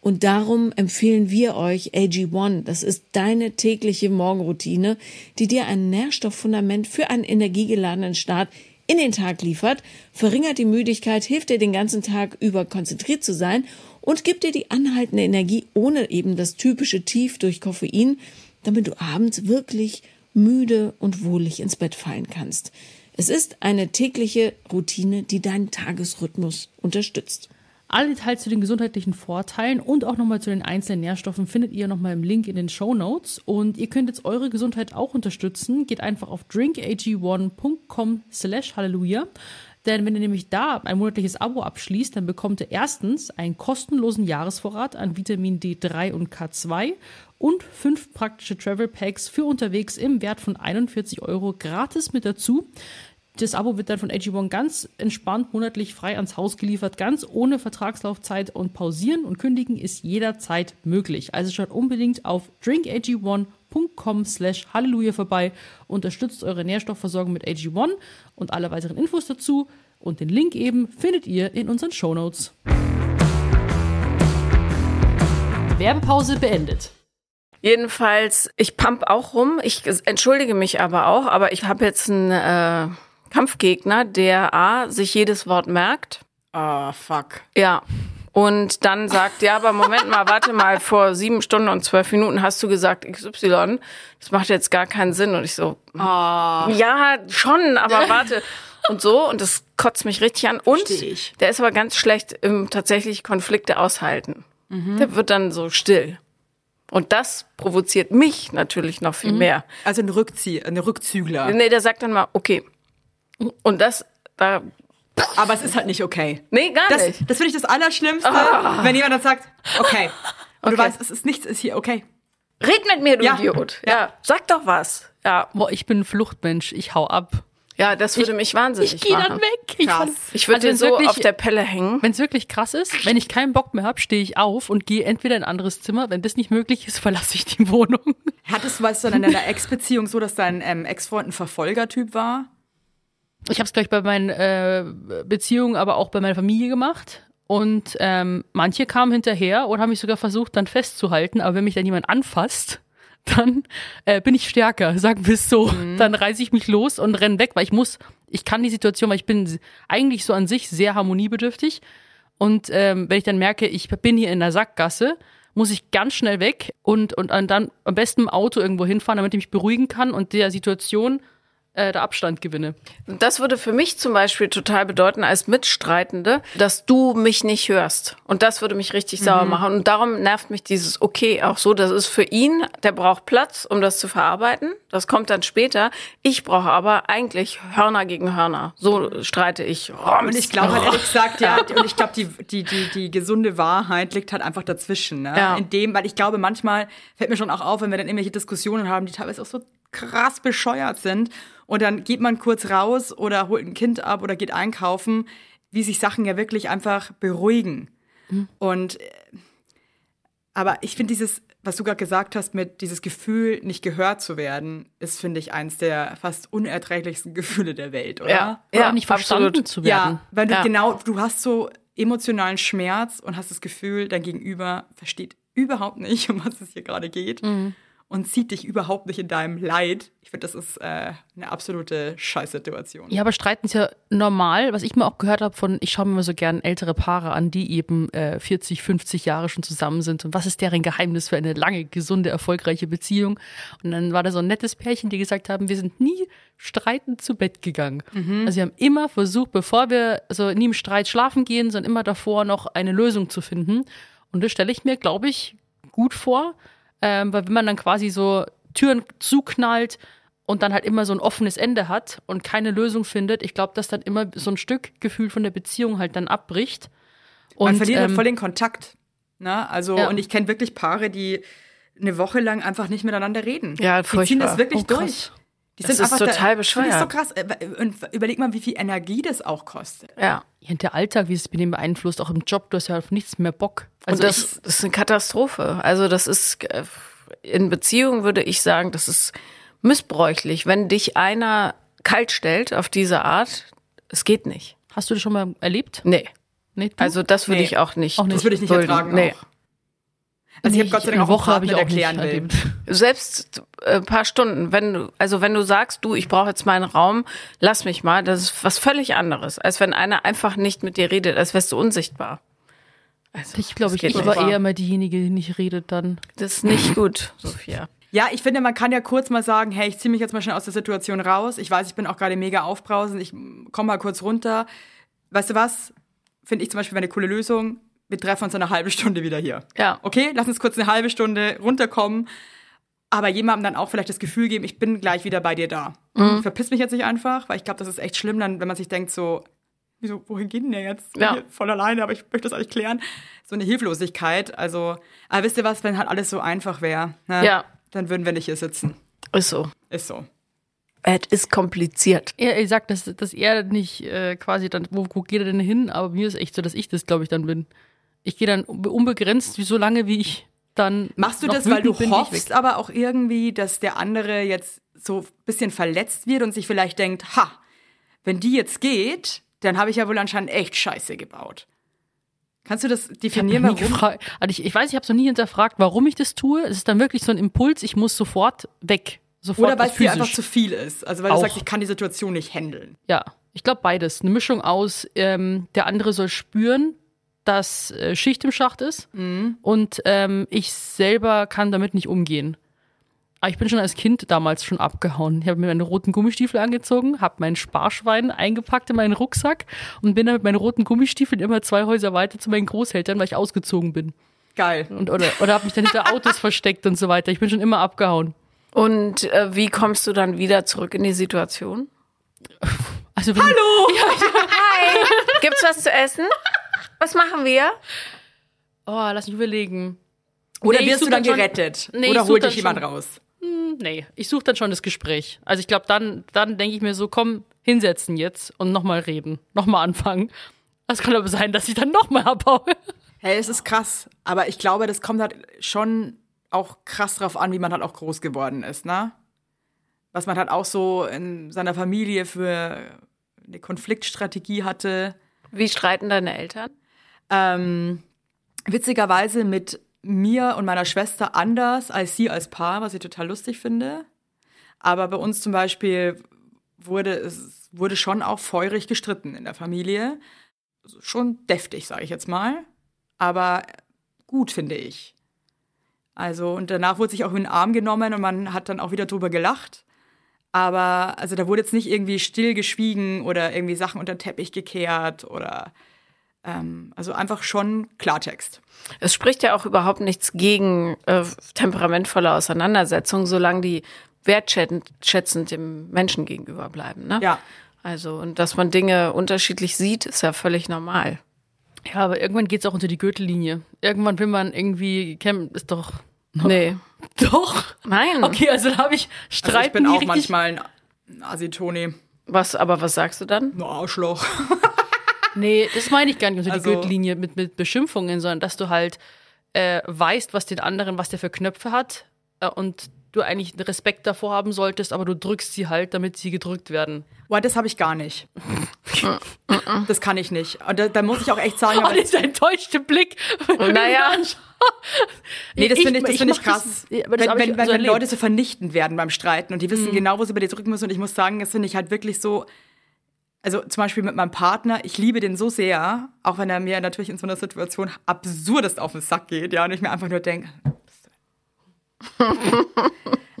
[SPEAKER 1] Und darum empfehlen wir euch AG1. Das ist deine tägliche Morgenroutine, die dir ein Nährstofffundament für einen energiegeladenen Start in den Tag liefert, verringert die Müdigkeit, hilft dir den ganzen Tag über konzentriert zu sein und gibt dir die anhaltende Energie ohne eben das typische Tief durch Koffein, damit du abends wirklich müde und wohlig ins Bett fallen kannst. Es ist eine tägliche Routine, die deinen Tagesrhythmus unterstützt.
[SPEAKER 4] Alle Details zu den gesundheitlichen Vorteilen und auch nochmal zu den einzelnen Nährstoffen findet ihr nochmal im Link in den Show Notes. Und ihr könnt jetzt eure Gesundheit auch unterstützen. Geht einfach auf drinkag1.com slash halleluja. Denn wenn ihr nämlich da ein monatliches Abo abschließt, dann bekommt ihr erstens einen kostenlosen Jahresvorrat an Vitamin D3 und K2 und fünf praktische Travel Packs für unterwegs im Wert von 41 Euro gratis mit dazu. Das Abo wird dann von AG1 ganz entspannt monatlich frei ans Haus geliefert, ganz ohne Vertragslaufzeit und pausieren und kündigen ist jederzeit möglich. Also schaut unbedingt auf drinkag1.com slash halleluja vorbei, unterstützt eure Nährstoffversorgung mit AG1 und alle weiteren Infos dazu und den Link eben findet ihr in unseren Shownotes. Werbepause beendet.
[SPEAKER 1] Jedenfalls, ich pump auch rum. Ich entschuldige mich aber auch, aber ich habe jetzt einen äh, Kampfgegner, der A, sich jedes Wort merkt.
[SPEAKER 2] Ah, fuck.
[SPEAKER 1] Ja. Und dann sagt, ja, aber Moment mal, warte mal, vor sieben Stunden und zwölf Minuten hast du gesagt XY. Das macht jetzt gar keinen Sinn. Und ich so,
[SPEAKER 2] Ah.
[SPEAKER 1] ja, schon, aber warte. Und so, und das kotzt mich richtig an. Und
[SPEAKER 2] Versteh ich.
[SPEAKER 1] der ist aber ganz schlecht im tatsächlich Konflikte aushalten.
[SPEAKER 2] Mhm.
[SPEAKER 1] Der wird dann so still. Und das provoziert mich natürlich noch viel mehr.
[SPEAKER 2] Also ein Rückzieh, ein Rückzügler.
[SPEAKER 1] Nee, der sagt dann mal, okay. Und das, da,
[SPEAKER 2] Aber es ist halt nicht okay.
[SPEAKER 1] nee, gar
[SPEAKER 2] Das,
[SPEAKER 1] nicht.
[SPEAKER 2] das finde ich das Allerschlimmste, wenn jemand dann sagt, okay. Und du
[SPEAKER 1] Okay.
[SPEAKER 2] weißt, es ist nichts, ist hier okay.
[SPEAKER 1] Red mit mir, du
[SPEAKER 2] Ja.
[SPEAKER 1] Idiot. Ja, sag doch was. Ja,
[SPEAKER 4] Boah, ich bin ein Fluchtmensch, ich hau ab.
[SPEAKER 1] ja, das würde mich wahnsinnig
[SPEAKER 4] Ich gehe
[SPEAKER 1] machen.
[SPEAKER 4] dann weg. Ich
[SPEAKER 2] Krass.
[SPEAKER 4] fand-
[SPEAKER 1] Ich würde
[SPEAKER 4] Also
[SPEAKER 1] den so
[SPEAKER 4] wirklich-
[SPEAKER 1] auf der Pelle hängen.
[SPEAKER 4] Wenn es wirklich krass ist, wenn ich keinen Bock mehr habe, stehe ich auf und gehe entweder in ein anderes Zimmer. Wenn das nicht möglich ist, verlasse ich die Wohnung.
[SPEAKER 2] Hattest du was dann in deiner Ex-Beziehung so, dass dein ähm, Ex-Freund ein Verfolgertyp war?
[SPEAKER 4] Ich habe es gleich bei meinen äh, Beziehungen, aber auch bei meiner Familie gemacht. Und ähm, manche kamen hinterher und haben mich sogar versucht, dann festzuhalten. Aber wenn mich dann jemand anfasst, dann äh, bin ich stärker, sagen wir es so. Dann reiße ich mich los und renn weg, weil ich muss, ich kann die Situation, weil ich bin eigentlich so an sich sehr harmoniebedürftig. Und ähm, wenn ich dann merke, ich bin hier in der Sackgasse, muss ich ganz schnell weg und, und dann am besten im Auto irgendwo hinfahren, damit ich mich beruhigen kann und der Situation äh, der Abstand gewinne.
[SPEAKER 1] Und Das würde für mich zum Beispiel total bedeuten, als Mitstreitende, dass du mich nicht hörst. Und das würde mich richtig sauer
[SPEAKER 2] Mhm.
[SPEAKER 1] machen. Und darum nervt mich dieses Okay auch so. Das ist für ihn, der braucht Platz, um das zu verarbeiten. Das kommt dann später. Ich brauche aber eigentlich Hörner gegen Hörner. So streite ich.
[SPEAKER 2] Und ich glaube halt ehrlich gesagt, ja, und ich glaube, die, die, die, die gesunde Wahrheit liegt halt einfach dazwischen. Ne?
[SPEAKER 1] Ja.
[SPEAKER 2] In dem, weil ich glaube, manchmal fällt mir schon auch auf, wenn wir dann irgendwelche Diskussionen haben, die teilweise auch so krass bescheuert sind. Und dann geht man kurz raus oder holt ein Kind ab oder geht einkaufen, wie sich Sachen ja wirklich einfach beruhigen.
[SPEAKER 1] Mhm.
[SPEAKER 2] Und äh, aber ich finde dieses, was du gerade gesagt hast, mit dieses Gefühl, nicht gehört zu werden, ist, finde ich, eins der fast unerträglichsten Gefühle der Welt, oder?
[SPEAKER 1] ja,
[SPEAKER 4] Oder
[SPEAKER 1] ja,
[SPEAKER 4] auch nicht verstanden
[SPEAKER 1] absolut.
[SPEAKER 4] zu werden.
[SPEAKER 2] Ja, weil du
[SPEAKER 1] Ja.
[SPEAKER 2] genau, du hast so emotionalen Schmerz und hast das Gefühl, dein Gegenüber versteht überhaupt nicht, um was es hier gerade geht
[SPEAKER 1] Mhm.
[SPEAKER 2] und zieht dich überhaupt nicht in deinem Leid. Ich finde, das ist äh, eine absolute Scheißsituation.
[SPEAKER 4] Ja, aber Streiten ist ja normal. Was ich mal auch gehört habe von, ich schaue mir immer so gern ältere Paare an, die eben äh, 40, 50 Jahre schon zusammen sind. Und was ist deren Geheimnis für eine lange, gesunde, erfolgreiche Beziehung? Und dann war da so ein nettes Pärchen, die gesagt haben, wir sind nie streitend zu Bett gegangen.
[SPEAKER 1] Mhm.
[SPEAKER 4] Also wir haben immer versucht, bevor wir also nie im Streit schlafen gehen, sondern immer davor noch eine Lösung zu finden. Und das stelle ich mir, glaube ich, gut vor, ähm, weil wenn man dann quasi so Türen zuknallt und dann halt immer so ein offenes Ende hat und keine Lösung findet, ich glaube, dass dann immer so ein Stück Gefühl von der Beziehung halt dann abbricht. Und,
[SPEAKER 2] Man verliert halt
[SPEAKER 4] ähm,
[SPEAKER 2] voll den Kontakt. Ne? Also,
[SPEAKER 4] Ja.
[SPEAKER 2] und ich kenne wirklich Paare, die eine Woche lang einfach nicht miteinander reden.
[SPEAKER 1] Ja,
[SPEAKER 2] Die ziehen das
[SPEAKER 1] furchtbar.
[SPEAKER 2] wirklich
[SPEAKER 4] Oh, krass.
[SPEAKER 2] durch. Die
[SPEAKER 1] Das ist total
[SPEAKER 2] Ich finde
[SPEAKER 1] bescheuert.
[SPEAKER 2] Das so krass. Äh, Und überleg mal, wie viel Energie das auch kostet.
[SPEAKER 1] Ja.
[SPEAKER 4] ja, der Alltag, wie es mit dem beeinflusst, auch im Job, du hast ja auf nichts mehr Bock. Also
[SPEAKER 1] Und das,
[SPEAKER 4] ich,
[SPEAKER 1] das ist eine Katastrophe. Also das ist äh, in Beziehungen würde ich sagen, das ist missbräuchlich, wenn dich einer kalt stellt auf diese Art. Es geht nicht.
[SPEAKER 4] hast du das schon mal erlebt?
[SPEAKER 1] Nee.
[SPEAKER 4] Nee, du?
[SPEAKER 1] Also das würde
[SPEAKER 2] Nee.
[SPEAKER 1] ich auch nicht.
[SPEAKER 4] Auch nicht.
[SPEAKER 2] Das würde ich nicht
[SPEAKER 1] dulden.
[SPEAKER 2] ertragen.
[SPEAKER 1] Nee.
[SPEAKER 2] Auch. Also ich habe
[SPEAKER 4] Nee,
[SPEAKER 2] Gott sei
[SPEAKER 4] eine
[SPEAKER 2] Dank auch
[SPEAKER 4] Woche
[SPEAKER 2] einen
[SPEAKER 4] habe ich
[SPEAKER 2] Partner,
[SPEAKER 4] auch
[SPEAKER 2] der
[SPEAKER 4] nicht
[SPEAKER 2] klären will.
[SPEAKER 4] erlebt.
[SPEAKER 1] Selbst äh, ein paar Stunden, wenn du, also wenn du sagst, du, ich brauche jetzt meinen Raum, lass mich mal, das ist was völlig anderes, als wenn einer einfach nicht mit dir redet, als wärst du unsichtbar. Also,
[SPEAKER 4] Ich glaube,
[SPEAKER 1] das
[SPEAKER 4] ich,
[SPEAKER 1] geht
[SPEAKER 4] ich
[SPEAKER 1] nicht.
[SPEAKER 4] war eher immer diejenige, die nicht redet dann.
[SPEAKER 1] Das ist nicht gut, Sophia.
[SPEAKER 2] Ja, ich finde, man kann ja kurz mal sagen, hey, ich ziehe mich jetzt mal schnell aus der Situation raus. Ich weiß, ich bin auch gerade mega aufbrausend. Ich mm, komm mal kurz runter. Weißt du was? finde ich zum Beispiel eine coole Lösung. Wir treffen uns in einer halben Stunde wieder hier.
[SPEAKER 1] Ja.
[SPEAKER 2] Okay, lass uns kurz eine halbe Stunde runterkommen. Aber jemandem dann auch vielleicht das Gefühl geben, ich bin gleich wieder bei dir da.
[SPEAKER 1] Mhm.
[SPEAKER 2] Verpiss mich jetzt nicht einfach, weil ich glaube, das ist echt schlimm, dann, wenn man sich denkt, so, wieso, wohin geht denn der jetzt? Ich bin
[SPEAKER 1] Ja.
[SPEAKER 2] hier Voll alleine, aber ich möchte das eigentlich klären. So eine Hilflosigkeit. Also, aber wisst ihr was, wenn halt alles so einfach wäre, ne?
[SPEAKER 1] Ja.
[SPEAKER 2] dann würden wir nicht hier sitzen.
[SPEAKER 1] Ist so.
[SPEAKER 2] Ist so.
[SPEAKER 1] Es ist kompliziert.
[SPEAKER 4] Er, ich sag, dass, dass er nicht äh, quasi dann, wo, wo geht er denn hin? Aber mir ist echt so, dass ich das, glaube ich, dann bin. Ich gehe dann unbe- unbegrenzt, so lange wie ich dann.
[SPEAKER 2] Machst du
[SPEAKER 4] noch
[SPEAKER 2] das, weil du
[SPEAKER 4] wütend bin, gehe ich
[SPEAKER 2] hoffst,
[SPEAKER 4] weg.
[SPEAKER 2] aber auch irgendwie, dass der andere jetzt so ein bisschen verletzt wird und sich vielleicht denkt, ha, wenn die jetzt geht, dann habe ich ja wohl anscheinend echt Scheiße gebaut. Kannst du das definieren,
[SPEAKER 4] Nie
[SPEAKER 2] warum?
[SPEAKER 4] gefragt. Also ich, ich weiß, ich habe es noch nie hinterfragt, warum ich das tue. Es ist dann wirklich so ein Impuls, ich muss sofort weg. Sofort
[SPEAKER 2] Oder weil es dir
[SPEAKER 4] physisch.
[SPEAKER 2] einfach zu viel ist. Also weil
[SPEAKER 4] Auch.
[SPEAKER 2] du sagst, ich kann die Situation nicht handeln.
[SPEAKER 4] Ja, ich glaube beides. Eine Mischung aus, ähm, der andere soll spüren, dass äh, Schicht im Schacht ist und ähm, ich selber kann damit nicht umgehen. Aber ich bin schon als Kind damals schon abgehauen. Ich habe mir meine roten Gummistiefel angezogen, habe mein Sparschwein eingepackt in meinen Rucksack und bin dann mit meinen roten Gummistiefeln immer zwei Häuser weiter zu meinen Großeltern, weil ich ausgezogen bin.
[SPEAKER 2] Geil.
[SPEAKER 4] Und, oder oder habe mich dann hinter Autos versteckt und so weiter. Ich bin schon immer abgehauen.
[SPEAKER 1] Und äh, wie kommst du dann wieder zurück in die Situation?
[SPEAKER 4] Also wenn, Hallo!
[SPEAKER 1] Gibt's was zu essen? Was machen wir?
[SPEAKER 4] Oh, lass mich überlegen.
[SPEAKER 2] Oder
[SPEAKER 4] Nee, ich
[SPEAKER 2] wirst du
[SPEAKER 4] such
[SPEAKER 2] dann
[SPEAKER 4] dann schon-
[SPEAKER 2] gerettet?
[SPEAKER 4] Nee, ich
[SPEAKER 2] Oder
[SPEAKER 4] such
[SPEAKER 2] holt
[SPEAKER 4] dann
[SPEAKER 2] dich jemand
[SPEAKER 4] schon-
[SPEAKER 2] raus?
[SPEAKER 4] Nee, ich suche dann schon das Gespräch. Also ich glaube, dann, dann denke ich mir so, komm, hinsetzen jetzt und nochmal reden, nochmal anfangen. Es kann aber sein, dass ich dann nochmal abhaue.
[SPEAKER 2] Hey, es ist krass. Aber ich glaube, das kommt halt schon auch krass drauf an, wie man halt auch groß geworden ist, ne? Was man halt auch so in seiner Familie für eine Konfliktstrategie hatte.
[SPEAKER 1] Wie streiten deine Eltern?
[SPEAKER 2] Ähm, witzigerweise mit mir und meiner Schwester anders als sie als Paar, was ich total lustig finde. Aber bei uns zum Beispiel wurde es wurde schon auch feurig gestritten in der Familie. Also Schon deftig, sage ich jetzt mal. Aber gut, finde ich. Also, und danach wurde sich auch in den Arm genommen und man hat dann auch wieder drüber gelacht. Aber, also, da wurde jetzt nicht irgendwie still geschwiegen oder irgendwie Sachen unter den Teppich gekehrt oder, ähm, also einfach schon Klartext.
[SPEAKER 1] Es spricht ja auch überhaupt nichts gegen äh, temperamentvolle Auseinandersetzungen, solange die wertschätzend schätzend dem Menschen gegenüber bleiben. Ne?
[SPEAKER 2] Ja.
[SPEAKER 1] Also, und dass man Dinge unterschiedlich sieht, ist ja völlig normal.
[SPEAKER 4] Ja, aber irgendwann geht's auch unter die Gürtellinie. Irgendwann will man irgendwie kämpfen, ist doch.
[SPEAKER 1] Nee.
[SPEAKER 4] Doch.
[SPEAKER 1] Nein.
[SPEAKER 4] Okay, also da habe ich Streit
[SPEAKER 2] Also ich bin
[SPEAKER 4] nie
[SPEAKER 2] auch
[SPEAKER 4] richtig-
[SPEAKER 2] manchmal ein Asitoni,
[SPEAKER 1] Was, aber was sagst du dann?
[SPEAKER 2] ein Arschloch.
[SPEAKER 4] Nee, das meine ich gar nicht unter
[SPEAKER 2] Also-
[SPEAKER 4] die Gürtellinie mit, mit Beschimpfungen, sondern dass du halt äh, weißt, was den anderen, was der für Knöpfe hat äh, und du eigentlich einen Respekt davor haben solltest, aber du drückst sie halt, damit sie gedrückt werden.
[SPEAKER 2] Boah, das habe ich gar nicht. das kann ich nicht. Und da, da muss ich auch echt sagen,
[SPEAKER 4] Oh,
[SPEAKER 2] aber
[SPEAKER 4] dieser enttäuschte Blick.
[SPEAKER 1] Naja.
[SPEAKER 2] nee, das finde ich, das find ich krass.
[SPEAKER 4] ja,
[SPEAKER 2] wenn
[SPEAKER 4] aber das
[SPEAKER 2] wenn,
[SPEAKER 4] hab ich
[SPEAKER 2] wenn,
[SPEAKER 4] so
[SPEAKER 2] wenn
[SPEAKER 4] erlebt. Mhm.
[SPEAKER 2] Leute so vernichten werden beim Streiten und die wissen genau, wo sie bei dir drücken müssen. Und ich muss sagen, das finde ich halt wirklich so. Also zum Beispiel mit meinem Partner, ich liebe den so sehr, auch wenn er mir natürlich in so einer Situation absurdest auf den Sack geht, ja, und ich mir einfach nur denke.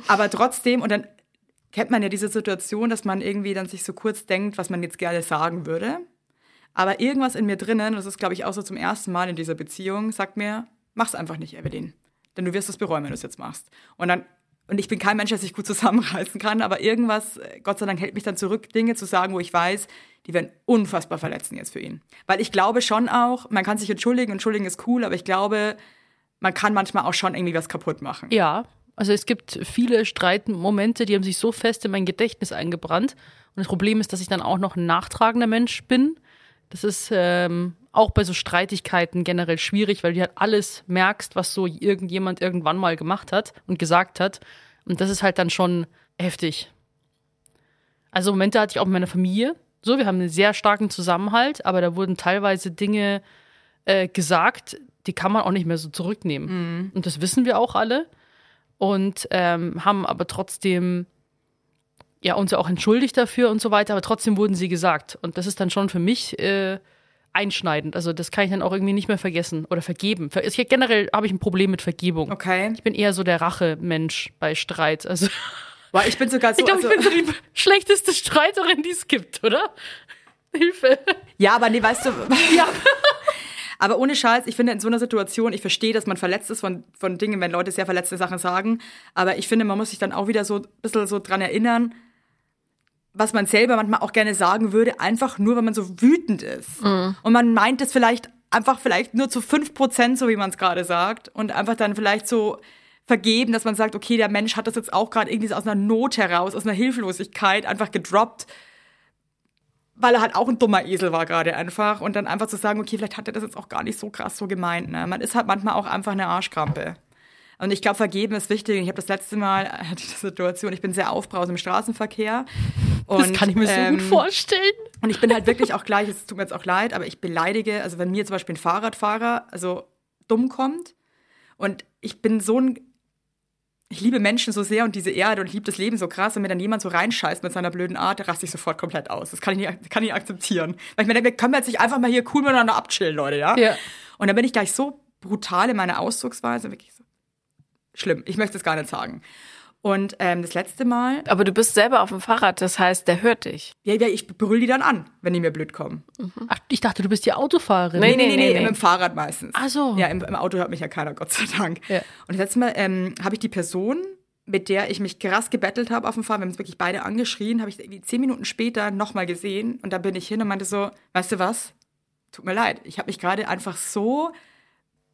[SPEAKER 2] aber trotzdem, und dann kennt man ja diese Situation, dass man irgendwie dann sich so kurz denkt, was man jetzt gerne sagen würde. Aber irgendwas in mir drinnen, und das ist, glaube ich, auch so zum ersten Mal in dieser Beziehung, sagt mir, mach's einfach nicht, Evelyn. Denn du wirst es bereuen, wenn du es jetzt machst. Und dann, und ich bin kein Mensch, der sich gut zusammenreißen kann, aber irgendwas, äh, Gott sei Dank, hält mich dann zurück, Dinge zu sagen, wo ich weiß, die werden unfassbar verletzen jetzt für ihn. Weil ich glaube schon auch, man kann sich entschuldigen, entschuldigen ist cool, aber ich glaube, man kann manchmal auch schon irgendwie was kaputt machen.
[SPEAKER 4] Ja, also es gibt viele Streitmomente, die haben sich so fest in mein Gedächtnis eingebrannt. Und das Problem ist, dass ich dann auch noch ein nachtragender Mensch bin. Das ist ähm, auch bei so Streitigkeiten generell schwierig, weil du halt alles merkst, was so irgendjemand irgendwann mal gemacht hat und gesagt hat. Und das ist halt dann schon heftig. Also Momente hatte ich auch mit meiner Familie. So, wir haben einen sehr starken Zusammenhalt, aber da wurden teilweise Dinge äh, gesagt, die kann man auch nicht mehr so zurücknehmen. Und das wissen wir auch alle und ähm, haben aber trotzdem ja uns ja auch entschuldigt dafür und so weiter, aber trotzdem wurden sie gesagt. Und das ist dann schon für mich äh, einschneidend. Also das kann ich dann auch irgendwie nicht mehr vergessen oder vergeben. Ver- Ich, generell habe ich ein Problem mit Vergebung.
[SPEAKER 2] Okay?
[SPEAKER 4] Ich bin eher so der Rache-Mensch bei Streit. Also
[SPEAKER 2] Weil ich bin sogar so.
[SPEAKER 4] ich glaube,
[SPEAKER 2] also,
[SPEAKER 4] ich bin so die schlechteste Streiterin, die es gibt, oder? Hilfe.
[SPEAKER 2] Ja, aber nee, weißt du. Ja. Aber ohne Scheiß, ich finde in so einer Situation, ich verstehe, dass man verletzt ist von, von Dingen, wenn Leute sehr verletzte Sachen sagen. Aber ich finde, man muss sich dann auch wieder so ein bisschen so dran erinnern, was man selber manchmal auch gerne sagen würde, einfach nur, wenn man so wütend ist. Und man meint es vielleicht einfach vielleicht nur zu 5%, so wie man es gerade sagt. Und einfach dann vielleicht so vergeben, dass man sagt, okay, der Mensch hat das jetzt auch gerade irgendwie so aus einer Not heraus, aus einer Hilflosigkeit einfach gedroppt weil er halt auch ein dummer Esel war gerade einfach. Und dann einfach zu sagen, okay, vielleicht hat er das jetzt auch gar nicht so krass so gemeint. Ne? Man ist halt manchmal auch einfach eine Arschkrampe. Und ich glaube, vergeben ist wichtig. Und Ich habe das letzte Mal äh, hatte ich die Situation, ich bin sehr aufbrausend im Straßenverkehr. Und,
[SPEAKER 4] Das kann ich mir so
[SPEAKER 2] ähm,
[SPEAKER 4] gut vorstellen.
[SPEAKER 2] Und ich bin halt wirklich auch gleich, es tut mir jetzt auch leid, aber ich beleidige, also wenn mir zum Beispiel ein Fahrradfahrer also dumm kommt und ich bin so ein, ich liebe Menschen so sehr und diese Erde und ich liebe das Leben so krass und mir dann jemand so reinscheißt mit seiner blöden Art, da raste ich sofort komplett aus. Das kann ich nicht, kann ich nicht akzeptieren. Weil ich mir denke, wir können jetzt nicht einfach mal hier cool miteinander abchillen, Leute, ja?
[SPEAKER 4] Ja.
[SPEAKER 2] Und dann bin ich gleich so brutal in meiner Ausdrucksweise, wirklich so schlimm. Ich möchte es gar nicht sagen. Und ähm, das letzte Mal,
[SPEAKER 1] Aber du bist selber auf dem Fahrrad, das heißt, der hört dich.
[SPEAKER 2] ja, ja, ich brüll die dann an, wenn die mir blöd kommen.
[SPEAKER 4] Ach, ich dachte, du bist die Autofahrerin.
[SPEAKER 1] Nee.
[SPEAKER 2] Nee, nee, nee, mit dem Fahrrad meistens.
[SPEAKER 4] Ach so.
[SPEAKER 2] Ja, im, im Auto hört mich ja keiner, Gott sei Dank.
[SPEAKER 4] Ja.
[SPEAKER 2] Und das letzte Mal ähm, habe ich die Person, mit der ich mich krass gebettelt habe auf dem Fahrrad, wir haben uns wirklich beide angeschrien, habe ich irgendwie zehn Minuten später nochmal gesehen und da bin ich hin und meinte so, weißt du was, tut mir leid, ich habe mich gerade einfach so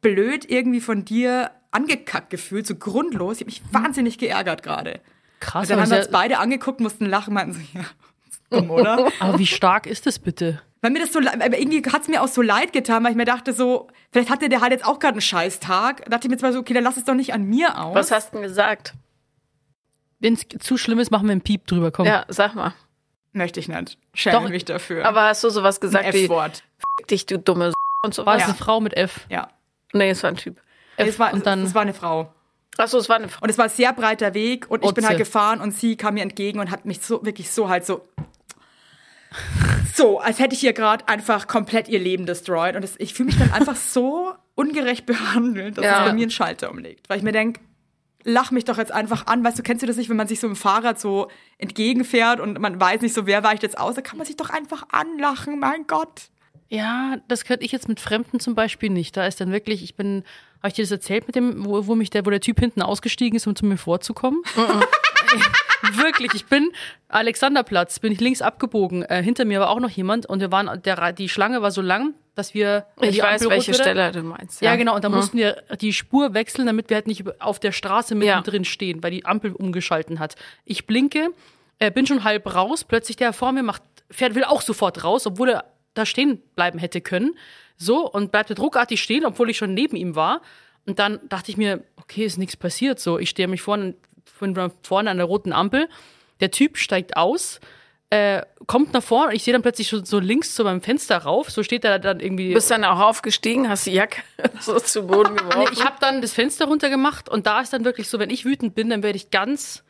[SPEAKER 2] blöd irgendwie von dir angekackt gefühlt, so grundlos, ich habe mich
[SPEAKER 4] Mhm.
[SPEAKER 2] wahnsinnig geärgert gerade.
[SPEAKER 4] Krass,
[SPEAKER 2] Und dann
[SPEAKER 4] aber,
[SPEAKER 2] haben wir uns
[SPEAKER 4] ist ja,
[SPEAKER 2] beide angeguckt, mussten lachen, meinten so, ja, dumm, oder?
[SPEAKER 4] aber wie stark ist das bitte?
[SPEAKER 2] Weil mir das so, le- aber irgendwie hat es mir auch so leid getan, weil ich mir dachte so, vielleicht hatte der halt jetzt auch gerade einen scheiß Tag. Da dachte ich mir zwar so, okay, dann lass es doch nicht an mir aus.
[SPEAKER 1] Was hast du denn gesagt?
[SPEAKER 4] Wenn es zu schlimm ist, machen wir einen Piep drüber. Komm.
[SPEAKER 1] Ja, sag mal.
[SPEAKER 2] Möchte ich nicht. Schäme
[SPEAKER 4] Doch,
[SPEAKER 2] mich dafür.
[SPEAKER 1] Aber hast du sowas gesagt wie, F
[SPEAKER 2] F-Wort.
[SPEAKER 1] dich, du dumme S und so
[SPEAKER 4] War es
[SPEAKER 1] was?
[SPEAKER 4] eine Frau mit F?
[SPEAKER 2] Ja.
[SPEAKER 1] Nee, es war ein Typ.
[SPEAKER 4] F
[SPEAKER 2] Es war,
[SPEAKER 4] und dann
[SPEAKER 2] es war eine Frau.
[SPEAKER 1] Achso, es war eine Frau.
[SPEAKER 2] Und es war ein sehr breiter Weg und ich bin
[SPEAKER 4] Otze.
[SPEAKER 2] halt gefahren und sie kam mir entgegen und hat mich so, wirklich so halt so. So, als hätte ich ihr gerade einfach komplett ihr Leben destroyed. Und das, ich fühle mich dann einfach so ungerecht behandelt, dass
[SPEAKER 1] Ja.
[SPEAKER 2] es bei mir einen Schalter umlegt. Weil ich mir denke, lach mich doch jetzt einfach an. Weißt du, kennst du das nicht, wenn man sich so im Fahrrad so entgegenfährt und man weiß nicht so, wer weicht jetzt aus, da kann man sich doch einfach anlachen, mein Gott.
[SPEAKER 4] Ja, das könnte ich jetzt mit Fremden zum Beispiel nicht. Da ist dann wirklich, ich bin, habe ich dir das erzählt mit dem, wo, wo mich der, wo der Typ hinten ausgestiegen ist, um zu mir vorzukommen? wirklich, ich bin Alexanderplatz, bin ich links abgebogen. Äh, hinter mir war auch noch jemand und wir waren, der, Ra- die Schlange war so lang, dass wir
[SPEAKER 1] Ich
[SPEAKER 4] die
[SPEAKER 1] weiß,
[SPEAKER 4] Ampel rot
[SPEAKER 1] welche
[SPEAKER 4] wurde.
[SPEAKER 1] Stelle du meinst.
[SPEAKER 4] Ja, genau. Und da mussten wir die Spur wechseln, damit wir halt nicht über- auf der Straße mittendrin stehen, weil die Ampel umgeschalten hat. Ich blinke, äh, bin schon halb raus, plötzlich der vor mir macht, fährt, will auch sofort raus, obwohl er da stehen bleiben hätte können. So, und bleibt mit ruckartig stehen, obwohl ich schon neben ihm war. Und dann dachte ich mir, okay, ist nichts passiert. So, ich stehe mich vorne, bin vorne an der roten Ampel. Der Typ steigt aus, äh, kommt nach vorne. Ich sehe dann plötzlich so, so links zu meinem Fenster rauf. So steht er dann irgendwie.
[SPEAKER 1] Du bist dann auch aufgestiegen, hast die Jacke so zu Boden
[SPEAKER 4] Nee,
[SPEAKER 1] geworfen.
[SPEAKER 4] ich habe dann das Fenster runtergemacht und da ist dann wirklich so, wenn ich wütend bin, dann werde ich ganz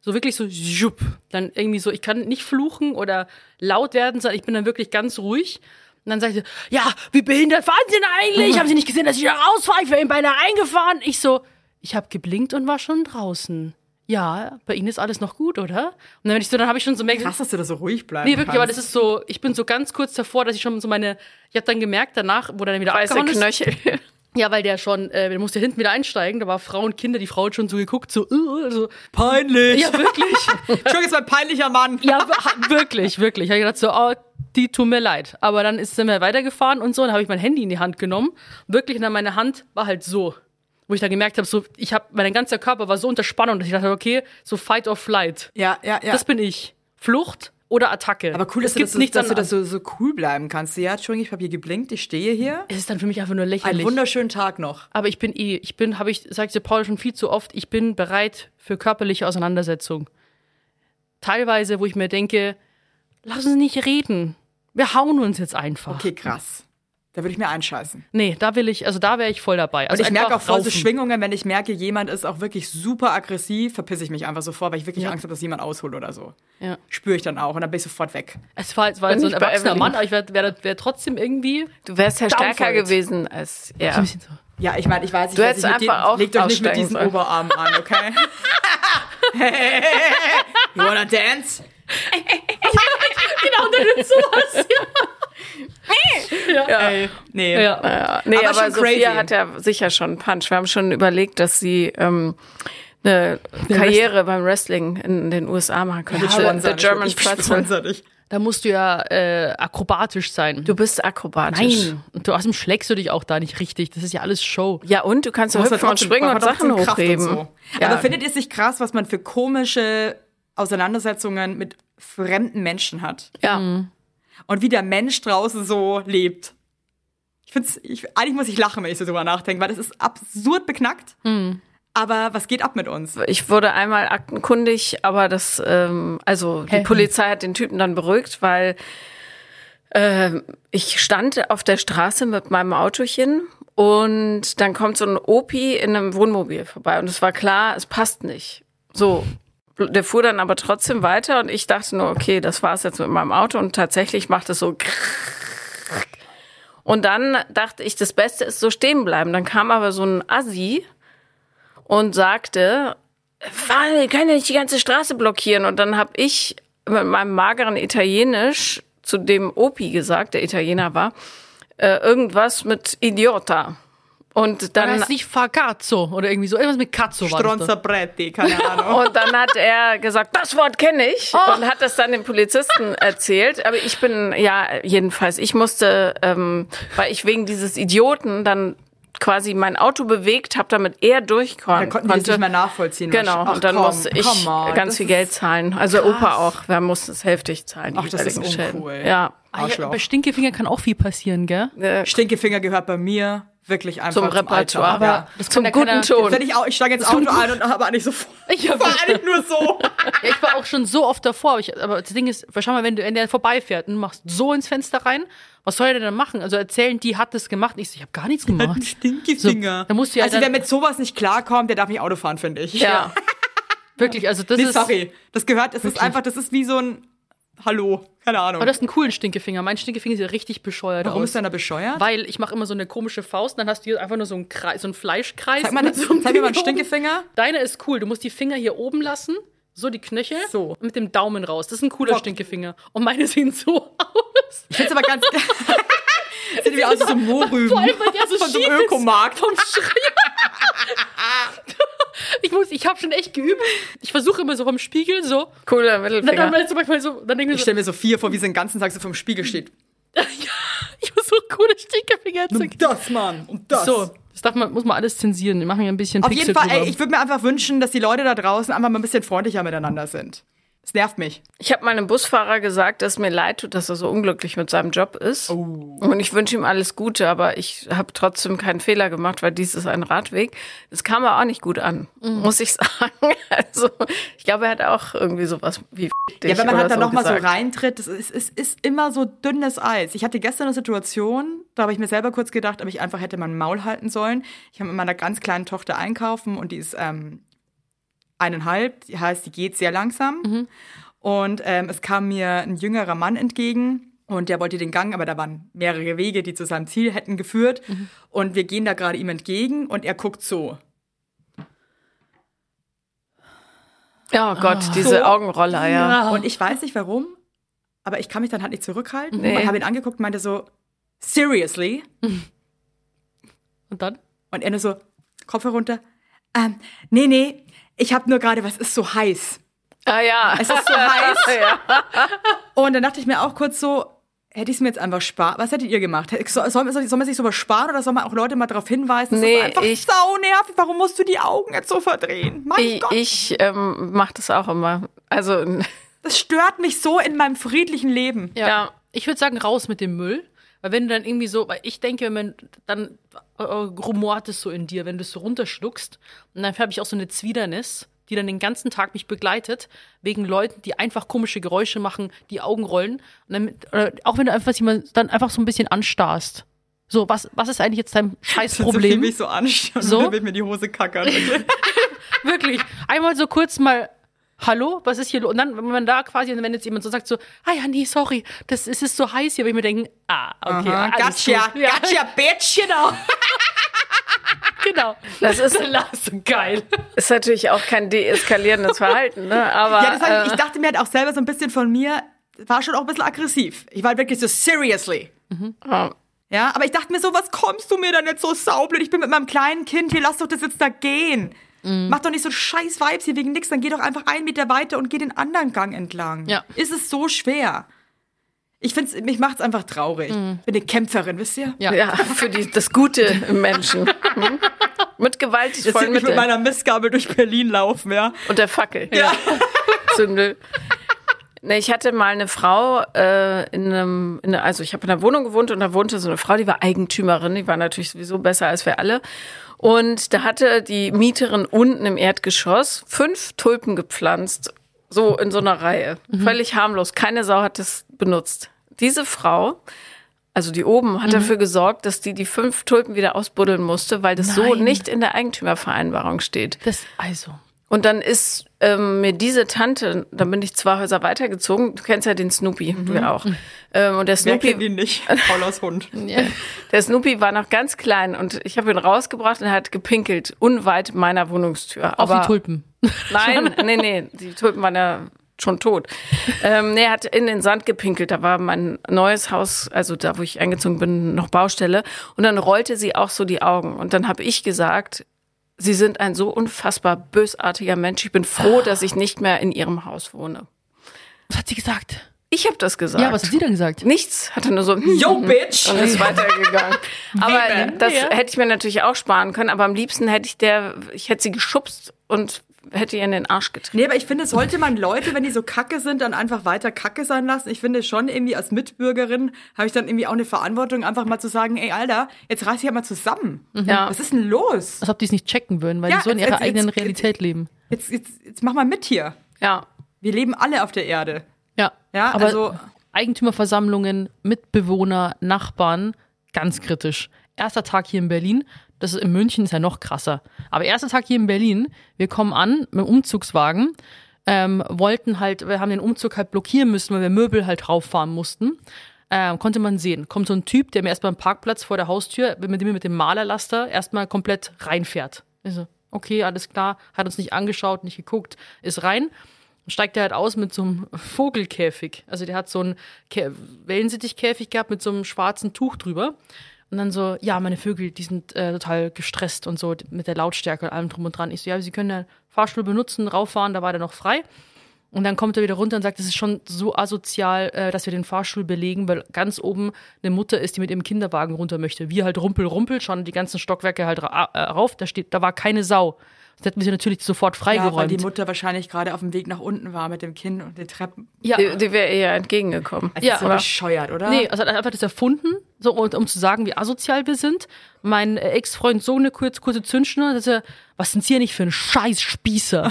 [SPEAKER 4] so wirklich so jupp, dann irgendwie so, ich kann nicht fluchen oder laut werden, sondern ich bin dann wirklich ganz ruhig. Und dann sagt sie, ja, wie behindert fahren Sie denn eigentlich? Haben Sie nicht gesehen, dass ich da rausfahre? Ich wäre Ihnen beinahe eingefahren. Ich so, ich habe geblinkt und war schon draußen. Ja, bei Ihnen ist alles noch gut, oder? Und dann, bin ich so, dann habe ich schon so merkt,
[SPEAKER 2] Krass, dass du da so ruhig bleibst.
[SPEAKER 4] Nee, wirklich, aber das ist so, ich bin so ganz kurz davor, dass ich schon so meine, ich habe dann gemerkt danach, wo der dann wieder
[SPEAKER 1] Weiße
[SPEAKER 4] abgehauen ist,
[SPEAKER 1] Knöchel.
[SPEAKER 4] ja, weil der schon, äh, der musste hinten wieder einsteigen, da war Frau und Kinder, die Frau hat schon so geguckt, so, uh, so
[SPEAKER 2] peinlich.
[SPEAKER 4] ja, wirklich.
[SPEAKER 2] Entschuldigung, ist mein peinlicher Mann.
[SPEAKER 4] ja, wa- wirklich, wirklich. Hab Ich gedacht so, oh, die tun mir leid. Aber dann ist sind wir weitergefahren und so, dann habe ich mein Handy in die Hand genommen. Wirklich, und dann meine Hand war halt so. Wo ich dann gemerkt habe, so, ich habe, mein ganzer Körper war so unter Spannung, dass ich dachte, okay, so fight or flight.
[SPEAKER 2] Ja, ja, ja.
[SPEAKER 4] Das bin ich. Flucht oder Attacke.
[SPEAKER 2] Aber cool,
[SPEAKER 4] Es
[SPEAKER 2] dass, du,
[SPEAKER 4] gibt
[SPEAKER 2] das, so- dass du
[SPEAKER 4] an-
[SPEAKER 2] das so, so cool bleiben kannst. Ja, Entschuldigung, ich habe hier geblinkt, ich stehe hier.
[SPEAKER 4] Es ist dann für mich einfach nur
[SPEAKER 2] Einen
[SPEAKER 4] lächerlich.
[SPEAKER 2] wunderschönen Tag noch.
[SPEAKER 4] Aber ich bin eh, ich bin, habe ich, sagte Paul schon viel zu oft, ich bin bereit für körperliche Auseinandersetzung. Teilweise, wo ich mir denke, lass uns nicht reden. Wir hauen uns jetzt einfach.
[SPEAKER 2] Okay, krass. Da würde ich mir einscheißen.
[SPEAKER 4] Nee, da will ich, also da wäre ich voll dabei.
[SPEAKER 2] Und
[SPEAKER 4] Also
[SPEAKER 2] ich merke
[SPEAKER 4] einfach
[SPEAKER 2] auch voll so
[SPEAKER 4] raufen.
[SPEAKER 2] Schwingungen, wenn ich merke, jemand ist auch wirklich super aggressiv, verpisse ich mich einfach so vor, weil ich wirklich Angst habe, dass jemand ausholt oder so.
[SPEAKER 4] Ja.
[SPEAKER 2] Spüre ich dann auch und dann bin ich sofort weg.
[SPEAKER 4] Es war, es war so ein
[SPEAKER 1] nicht bei
[SPEAKER 4] erwachsener
[SPEAKER 1] Evelyn.
[SPEAKER 4] Mann, aber ich wäre wär, wär trotzdem irgendwie.
[SPEAKER 1] Du wärst ja stärker
[SPEAKER 4] Dampfholz.
[SPEAKER 1] gewesen als
[SPEAKER 4] so ein
[SPEAKER 1] er.
[SPEAKER 4] bisschen so.
[SPEAKER 2] Ja, ich meine, ich weiß, ich
[SPEAKER 1] Du
[SPEAKER 2] weiß,
[SPEAKER 1] hättest
[SPEAKER 2] ich
[SPEAKER 1] einfach auch
[SPEAKER 2] legt euch nicht mit
[SPEAKER 1] aussteigen
[SPEAKER 2] diesem
[SPEAKER 1] sollen.
[SPEAKER 2] Oberarm an, okay? you wanna dance?
[SPEAKER 4] Genau, und denn sowas? ja. ja. Ey.
[SPEAKER 2] Nee.
[SPEAKER 4] Ja.
[SPEAKER 1] Ja, nee,
[SPEAKER 2] Aber
[SPEAKER 1] aber,
[SPEAKER 2] schon
[SPEAKER 1] Sophia
[SPEAKER 2] crazy.
[SPEAKER 1] hat ja sicher schon einen Punch. Wir haben schon überlegt, dass sie ähm, eine Karriere beim Wrestling in den USA machen könnte. the, the German
[SPEAKER 2] ich
[SPEAKER 1] Pretzel.
[SPEAKER 2] sponsor dich.
[SPEAKER 4] Da musst du ja äh, akrobatisch sein.
[SPEAKER 1] Du bist akrobatisch.
[SPEAKER 4] Nein. Und du, außerdem schlägst du dich auch da nicht richtig. Das ist ja alles Show.
[SPEAKER 1] Ja, und du kannst ja
[SPEAKER 2] Muss ja
[SPEAKER 1] hüpfen und
[SPEAKER 2] trotzdem-
[SPEAKER 1] springen
[SPEAKER 2] man
[SPEAKER 1] und
[SPEAKER 2] hat trotzdem
[SPEAKER 1] halt Sachen
[SPEAKER 2] Kraft und
[SPEAKER 1] hochheben.
[SPEAKER 2] so.
[SPEAKER 1] Ja.
[SPEAKER 2] Aber findet ihr es nicht krass, was man für komische Auseinandersetzungen mit fremden Menschen hat?
[SPEAKER 1] ja.
[SPEAKER 2] Und wie der Mensch draußen so lebt. Ich find's, ich, eigentlich muss ich lachen, wenn ich so drüber nachdenke, weil das ist absurd beknackt. Aber was geht ab mit uns?
[SPEAKER 1] Ich wurde einmal aktenkundig, aber das, ähm, also die Polizei hat den Typen dann beruhigt, weil ähm, ich stand auf der Straße mit meinem Autochen und dann kommt so ein Opi in einem Wohnmobil vorbei und es war klar, es passt nicht. So. Der fuhr dann aber trotzdem weiter und ich dachte nur, okay, das war's jetzt mit meinem Auto und tatsächlich macht es so und dann dachte ich, das Beste ist so stehen bleiben. Dann kam aber so ein Assi und sagte, "Fahr- wir können ja nicht die ganze Straße blockieren. Und dann habe ich mit meinem mageren Italienisch zu dem Opi gesagt, der Italiener war, äh, irgendwas mit Idiota. Und
[SPEAKER 4] Dann
[SPEAKER 1] dann
[SPEAKER 4] heißt nicht Fagazzo oder irgendwie so. Irgendwas mit Cazzo war das. da.
[SPEAKER 2] Stronzerbretti, keine Ahnung.
[SPEAKER 1] Und dann hat er gesagt, das Wort kenne ich
[SPEAKER 2] Oh.
[SPEAKER 1] und hat das dann dem Polizisten erzählt. Aber ich bin, ja, jedenfalls, ich musste, ähm, weil ich wegen dieses Idioten dann quasi mein Auto bewegt habe, damit er durchkommen
[SPEAKER 2] Da konnten wir das
[SPEAKER 1] konnte.
[SPEAKER 2] nicht mehr nachvollziehen.
[SPEAKER 1] Genau,
[SPEAKER 2] Ach,
[SPEAKER 1] und dann
[SPEAKER 2] komm,
[SPEAKER 1] musste ich
[SPEAKER 2] come on,
[SPEAKER 1] ganz
[SPEAKER 2] das
[SPEAKER 1] viel
[SPEAKER 2] ist-
[SPEAKER 1] Geld zahlen. Also Opa auch, wir mussten es heftig zahlen. Die
[SPEAKER 2] Ach, das ist
[SPEAKER 1] jeweiligen Schäden.
[SPEAKER 2] uncool.
[SPEAKER 1] Ja,
[SPEAKER 4] Ah, ja,
[SPEAKER 2] Arschloch.
[SPEAKER 4] bei Stinkefinger kann auch viel passieren, gell?
[SPEAKER 2] Stinkefinger gehört bei mir wirklich einfach
[SPEAKER 1] zum Repertoire.
[SPEAKER 2] Alltag, ja.
[SPEAKER 4] das
[SPEAKER 1] zum
[SPEAKER 4] kann ja
[SPEAKER 1] guten
[SPEAKER 4] keiner-
[SPEAKER 1] Ton.
[SPEAKER 2] Wenn ich, au- ich steige ins Auto ein und habe eigentlich so
[SPEAKER 4] Ich hab-
[SPEAKER 2] war eigentlich nur so.
[SPEAKER 4] Ja, ich war auch schon so oft davor, aber, ich, aber das Ding ist, schau mal, wenn, du, wenn der vorbeifährt und du machst so ins Fenster rein, was soll er denn dann machen? Also erzählen, die hat das gemacht. Ich so, ich habe gar nichts gemacht.
[SPEAKER 2] Stinkefinger.
[SPEAKER 4] So, da musst du ja
[SPEAKER 2] also
[SPEAKER 4] dann-
[SPEAKER 2] wer mit sowas nicht klarkommt, der darf nicht Auto fahren, finde ich.
[SPEAKER 1] ja.
[SPEAKER 4] Wirklich, also das
[SPEAKER 2] Nee,
[SPEAKER 4] ist.
[SPEAKER 2] sorry. Das gehört, es ist einfach, das ist wie so ein Hallo. Keine Ahnung.
[SPEAKER 4] Aber das ist ein coolen Stinkefinger. Mein Stinkefinger sieht richtig bescheuert
[SPEAKER 2] Warum
[SPEAKER 4] aus.
[SPEAKER 2] ist deiner bescheuert?
[SPEAKER 4] Weil ich mache immer so eine komische Faust und dann hast du hier einfach nur so einen, Kreis, so einen Fleischkreis.
[SPEAKER 2] Zeig, mal,
[SPEAKER 4] mit so einem
[SPEAKER 2] zeig mir mal einen
[SPEAKER 4] Ding oben.
[SPEAKER 2] Stinkefinger.
[SPEAKER 4] Deiner ist cool. Du musst die Finger hier oben lassen, so die Knöchel,
[SPEAKER 2] So.
[SPEAKER 4] und mit dem Daumen raus. Das ist ein cooler
[SPEAKER 2] Fuck.
[SPEAKER 4] Stinkefinger. Und meine sehen so aus.
[SPEAKER 2] Ich finde es aber ganz. Sieht wie aus wie so ein Mohrrüben.
[SPEAKER 4] Vor allem, weil der so
[SPEAKER 2] Von so
[SPEAKER 4] schief
[SPEAKER 2] einem
[SPEAKER 4] ist.
[SPEAKER 2] Ökomarkt.
[SPEAKER 4] vom Schreier. ich muss, ich habe schon echt geübt. Ich versuche immer so vom Spiegel so.
[SPEAKER 1] Cooler
[SPEAKER 4] Und dann,
[SPEAKER 1] Mittelfinger.
[SPEAKER 4] dann ist zum Beispiel so, dann denke
[SPEAKER 2] Ich
[SPEAKER 4] ich, so,
[SPEAKER 2] stelle mir so vier vor, wie sie den ganzen Tag so vom Spiegel steht.
[SPEAKER 4] ich versuche coole Stinkefinger zu
[SPEAKER 2] Und das, Mann. Und das.
[SPEAKER 4] So, das darf man, muss man alles zensieren. Wir machen ja ein bisschen
[SPEAKER 2] Auf jeden
[SPEAKER 4] Pixel
[SPEAKER 2] Fall,
[SPEAKER 4] drüber.
[SPEAKER 2] ey, ich würde mir einfach wünschen, dass die Leute da draußen einfach mal ein bisschen freundlicher miteinander sind. Das nervt mich.
[SPEAKER 1] Ich habe meinem Busfahrer gesagt, dass es mir leid tut, dass er so unglücklich mit seinem Job ist. Und ich wünsche ihm alles Gute, aber ich habe trotzdem keinen Fehler gemacht, weil dies ist ein Radweg. Das kam aber auch nicht gut an,
[SPEAKER 2] Mhm.
[SPEAKER 1] muss ich sagen. Also ich glaube, er hat auch irgendwie sowas wie F dich
[SPEAKER 2] Ja, wenn man halt
[SPEAKER 1] oder
[SPEAKER 2] dann
[SPEAKER 1] so
[SPEAKER 2] nochmal so
[SPEAKER 1] gesagt.
[SPEAKER 2] reintritt, es ist, es ist immer so dünnes Eis. Ich hatte gestern eine Situation, da habe ich mir selber kurz gedacht, ob ich einfach hätte mein Maul halten sollen. Ich habe mit meiner ganz kleinen Tochter einkaufen und die ist ähm, eineinhalb, die heißt, die geht sehr langsam. Und ähm, es kam mir ein jüngerer Mann entgegen und der wollte den Gang, aber da waren mehrere Wege, die zu seinem Ziel hätten geführt. Und wir gehen da gerade ihm entgegen und er guckt so.
[SPEAKER 1] Ja, oh Gott, diese
[SPEAKER 2] So.
[SPEAKER 1] Augenroller, ja.
[SPEAKER 2] Und ich weiß nicht warum, aber ich kann mich dann halt nicht zurückhalten.
[SPEAKER 1] Nee.
[SPEAKER 2] Und habe ihn angeguckt und meinte so, seriously?
[SPEAKER 4] Und dann?
[SPEAKER 2] Und er nur so, Kopf herunter, ähm, nee, nee, ich habe nur gerade, was ist so heiß?
[SPEAKER 1] Ah ja.
[SPEAKER 2] Es ist so heiß.
[SPEAKER 1] ja.
[SPEAKER 2] Und dann dachte ich mir auch kurz so, hätte ich es mir jetzt einfach sparen, was hättet ihr gemacht? Hätt- Soll, soll, soll soll man sich sowas sparen oder soll man auch Leute mal darauf hinweisen? Das
[SPEAKER 1] Nee,
[SPEAKER 2] ist einfach
[SPEAKER 1] ich-
[SPEAKER 2] sau nervig. Warum musst du die Augen jetzt so verdrehen? Mein
[SPEAKER 1] Ich,
[SPEAKER 2] Oh Gott,
[SPEAKER 1] ich ähm, mache das auch immer. Also
[SPEAKER 2] das stört mich so in meinem friedlichen Leben.
[SPEAKER 4] Ja.
[SPEAKER 1] Ja.
[SPEAKER 4] Ich würde sagen, raus mit dem Müll. Weil wenn du dann irgendwie so, weil ich denke, wenn man dann äh, rumort es so in dir, wenn du es so runterschluckst. Und dann habe ich auch so eine Zwidernis, die dann den ganzen Tag mich begleitet, wegen Leuten, die einfach komische Geräusche machen, die Augen rollen. Und dann, mit- oder auch wenn du einfach jemand dann einfach so ein bisschen anstarrst. So, was, was ist eigentlich jetzt dein
[SPEAKER 2] Sophie
[SPEAKER 4] Scheißproblem?
[SPEAKER 2] mich so anschauen,
[SPEAKER 4] So?
[SPEAKER 2] dann wird mir die Hose kackern.
[SPEAKER 4] Wirklich. Einmal so kurz mal, hallo, was ist hier los? Und dann, wenn man da quasi, wenn jetzt jemand so sagt, so, ah ja, nee, sorry, das es ist so heiß hier, aber ich mir denke, ah, okay.
[SPEAKER 2] Aha,
[SPEAKER 4] alles
[SPEAKER 2] gotcha,
[SPEAKER 4] gut. Ja,
[SPEAKER 2] gotcha, bitch.
[SPEAKER 4] Genau. genau.
[SPEAKER 1] das ist,
[SPEAKER 4] Lasse, geil.
[SPEAKER 1] ist natürlich auch kein deeskalierendes Verhalten, ne? Aber
[SPEAKER 2] Ja, das hab ich,
[SPEAKER 1] äh,
[SPEAKER 2] ich dachte mir halt auch selber so ein bisschen von mir, war schon auch ein bisschen aggressiv. Ich war halt wirklich so, seriously.
[SPEAKER 1] Ah,
[SPEAKER 2] Ja, aber ich dachte mir so, was kommst du mir da nicht so saublöd? Ich bin mit meinem kleinen Kind hier, lass doch das jetzt da gehen. Mach doch nicht so scheiß Vibes hier wegen nix, dann geh doch einfach einen Meter weiter und geh den anderen Gang entlang.
[SPEAKER 4] Ja.
[SPEAKER 2] Ist es so schwer? Ich find's, mich macht's einfach traurig. Ich bin eine Kämpferin, wisst ihr?
[SPEAKER 4] Ja.
[SPEAKER 1] ja, für die, das Gute im Menschen. Hm? Mit
[SPEAKER 2] Jetzt sieht
[SPEAKER 1] gewaltvollen
[SPEAKER 2] mich mit
[SPEAKER 1] Mitteln
[SPEAKER 2] meiner Mistgabel durch Berlin laufen, ja.
[SPEAKER 1] und der Fackel. Ja. Zündel. Nee, ich hatte mal eine Frau äh, in einem, in einer, also ich habe in einer Wohnung gewohnt und da wohnte so eine Frau, die war Eigentümerin, die war natürlich sowieso besser als wir alle. Und da hatte die Mieterin unten im Erdgeschoss fünf Tulpen gepflanzt, so in so einer Reihe. Völlig harmlos, keine Sau hat es benutzt. Diese Frau, also die oben, hat dafür gesorgt, dass die die fünf Tulpen wieder ausbuddeln musste, weil das so
[SPEAKER 4] Nein.
[SPEAKER 1] nicht in der Eigentümervereinbarung steht.
[SPEAKER 4] Das, also.
[SPEAKER 1] Und dann ist ähm, mir diese Tante, dann bin ich zwei Häuser weitergezogen, du kennst ja den Snoopy, du ja auch. Ähm, und der
[SPEAKER 2] Wer kennt
[SPEAKER 1] Snoopy,
[SPEAKER 2] ihn nicht? Paulas Hund.
[SPEAKER 1] der Snoopy war noch ganz klein und ich habe ihn rausgebracht und er hat gepinkelt, unweit meiner Wohnungstür.
[SPEAKER 4] Auf
[SPEAKER 1] Aber
[SPEAKER 4] die Tulpen.
[SPEAKER 1] Nein, nee, nee, die Tulpen waren ja schon tot. Ähm, nee, er hat in den Sand gepinkelt. Da war mein neues Haus, also da, wo ich eingezogen bin, noch Baustelle. Und dann rollte sie auch so die Augen. Und dann habe ich gesagt, Sie sind ein so unfassbar bösartiger Mensch. Ich bin froh, dass ich nicht mehr in Ihrem Haus wohne.
[SPEAKER 4] Was hat sie gesagt?
[SPEAKER 1] Ich habe das gesagt.
[SPEAKER 4] Ja, was hat sie dann gesagt?
[SPEAKER 1] Nichts. Hatte nur so,
[SPEAKER 2] Yo, bitch!
[SPEAKER 1] und ist weitergegangen. aber
[SPEAKER 2] Eben.
[SPEAKER 1] das
[SPEAKER 4] Ja.
[SPEAKER 1] hätte ich mir natürlich auch sparen können. Aber am liebsten hätte ich der, ich hätte sie geschubst und hätte ihr in den Arsch getreten.
[SPEAKER 2] Nee, aber ich finde, sollte man Leute, wenn die so kacke sind, dann einfach weiter kacke sein lassen. Ich finde schon irgendwie als Mitbürgerin habe ich dann irgendwie auch eine Verantwortung, einfach mal zu sagen, ey, Alter, jetzt reiß dich halt mal zusammen.
[SPEAKER 4] Mhm.
[SPEAKER 1] Ja.
[SPEAKER 2] Was ist denn los?
[SPEAKER 4] Als ob die es nicht checken würden, weil
[SPEAKER 2] Ja,
[SPEAKER 4] die so in
[SPEAKER 2] jetzt-
[SPEAKER 4] ihrer
[SPEAKER 2] jetzt-
[SPEAKER 4] eigenen
[SPEAKER 2] jetzt-
[SPEAKER 4] Realität leben.
[SPEAKER 2] Jetzt, jetzt, jetzt mach mal mit hier.
[SPEAKER 1] Ja.
[SPEAKER 2] Wir leben alle auf der Erde.
[SPEAKER 4] Ja.
[SPEAKER 2] Ja,
[SPEAKER 4] aber
[SPEAKER 2] also-
[SPEAKER 4] Eigentümerversammlungen, Mitbewohner, Nachbarn, ganz kritisch. Erster Tag hier in Berlin, das ist in München ist ja noch krasser. Aber erster Tag hier in Berlin, wir kommen an mit dem Umzugswagen, ähm, wollten halt, wir haben den Umzug halt blockieren müssen, weil wir Möbel halt rauffahren mussten. Ähm, konnte man sehen. Kommt so ein Typ, der mir erstmal am Parkplatz vor der Haustür, mit dem er mit dem Malerlaster erstmal komplett reinfährt. Ich so, okay, alles klar, hat uns nicht angeschaut, nicht geguckt, ist rein steigt er halt aus mit so einem Vogelkäfig. Also der hat so einen Kä Wellensittichkäfig gehabt mit so einem schwarzen Tuch drüber. Und dann so, ja, meine Vögel, die sind äh, total gestresst und so mit der Lautstärke und allem drum und dran. Ich so, ja, sie können den Fahrstuhl benutzen, rauffahren, da war der noch frei. Und dann kommt er wieder runter und sagt, das ist schon so asozial, äh, dass wir den Fahrstuhl belegen, weil ganz oben eine Mutter ist, die mit ihrem Kinderwagen runter möchte. Wir halt rumpel, rumpel, schon die ganzen Stockwerke halt ra äh, rauf. Da steht, da war keine Sau. Das hätten wir sie natürlich sofort
[SPEAKER 2] Ja, weil
[SPEAKER 4] freigeräumt.
[SPEAKER 2] die Mutter wahrscheinlich gerade auf dem Weg nach unten war mit dem Kind und den Treppen.
[SPEAKER 4] ja.
[SPEAKER 1] Die, die wäre eher entgegengekommen.
[SPEAKER 2] Also
[SPEAKER 4] Ja,
[SPEAKER 2] so
[SPEAKER 4] oder?
[SPEAKER 2] bescheuert, oder?
[SPEAKER 4] Nee, also er hat einfach das erfunden, so, um, um zu sagen, wie asozial wir sind. Mein äh, Ex-Freund so eine kurze, kurze Zündschnur, dass er, was sind hier nicht für ein scheiß Spießer?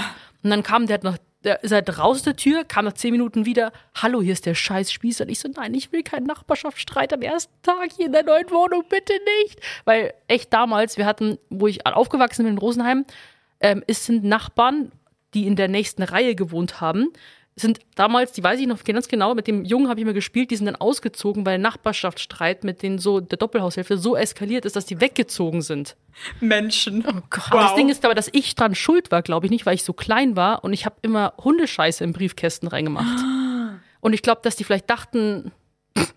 [SPEAKER 4] Und dann kam der hat noch, der ist halt raus der Tür, kam nach zehn Minuten wieder, hallo, hier ist der scheiß Spießer. Und ich so, nein, ich will keinen Nachbarschaftsstreit am ersten Tag hier in der neuen Wohnung, bitte nicht. Weil echt damals, wir hatten, wo ich aufgewachsen bin in Rosenheim, ähm, es sind Nachbarn, die in der nächsten Reihe gewohnt haben, sind damals, die weiß ich noch ganz genau, mit dem Jungen habe ich immer gespielt, die sind dann ausgezogen, weil der Nachbarschaftsstreit mit den so der Doppelhaushälfte so eskaliert ist, dass die weggezogen sind.
[SPEAKER 2] Menschen. Oh Gott.
[SPEAKER 4] Aber das Ding ist aber, dass ich dran schuld war, glaube ich nicht, weil ich so klein war und ich habe immer Hundescheiße in Briefkästen reingemacht.
[SPEAKER 2] Ah.
[SPEAKER 4] Und ich glaube, dass die vielleicht dachten,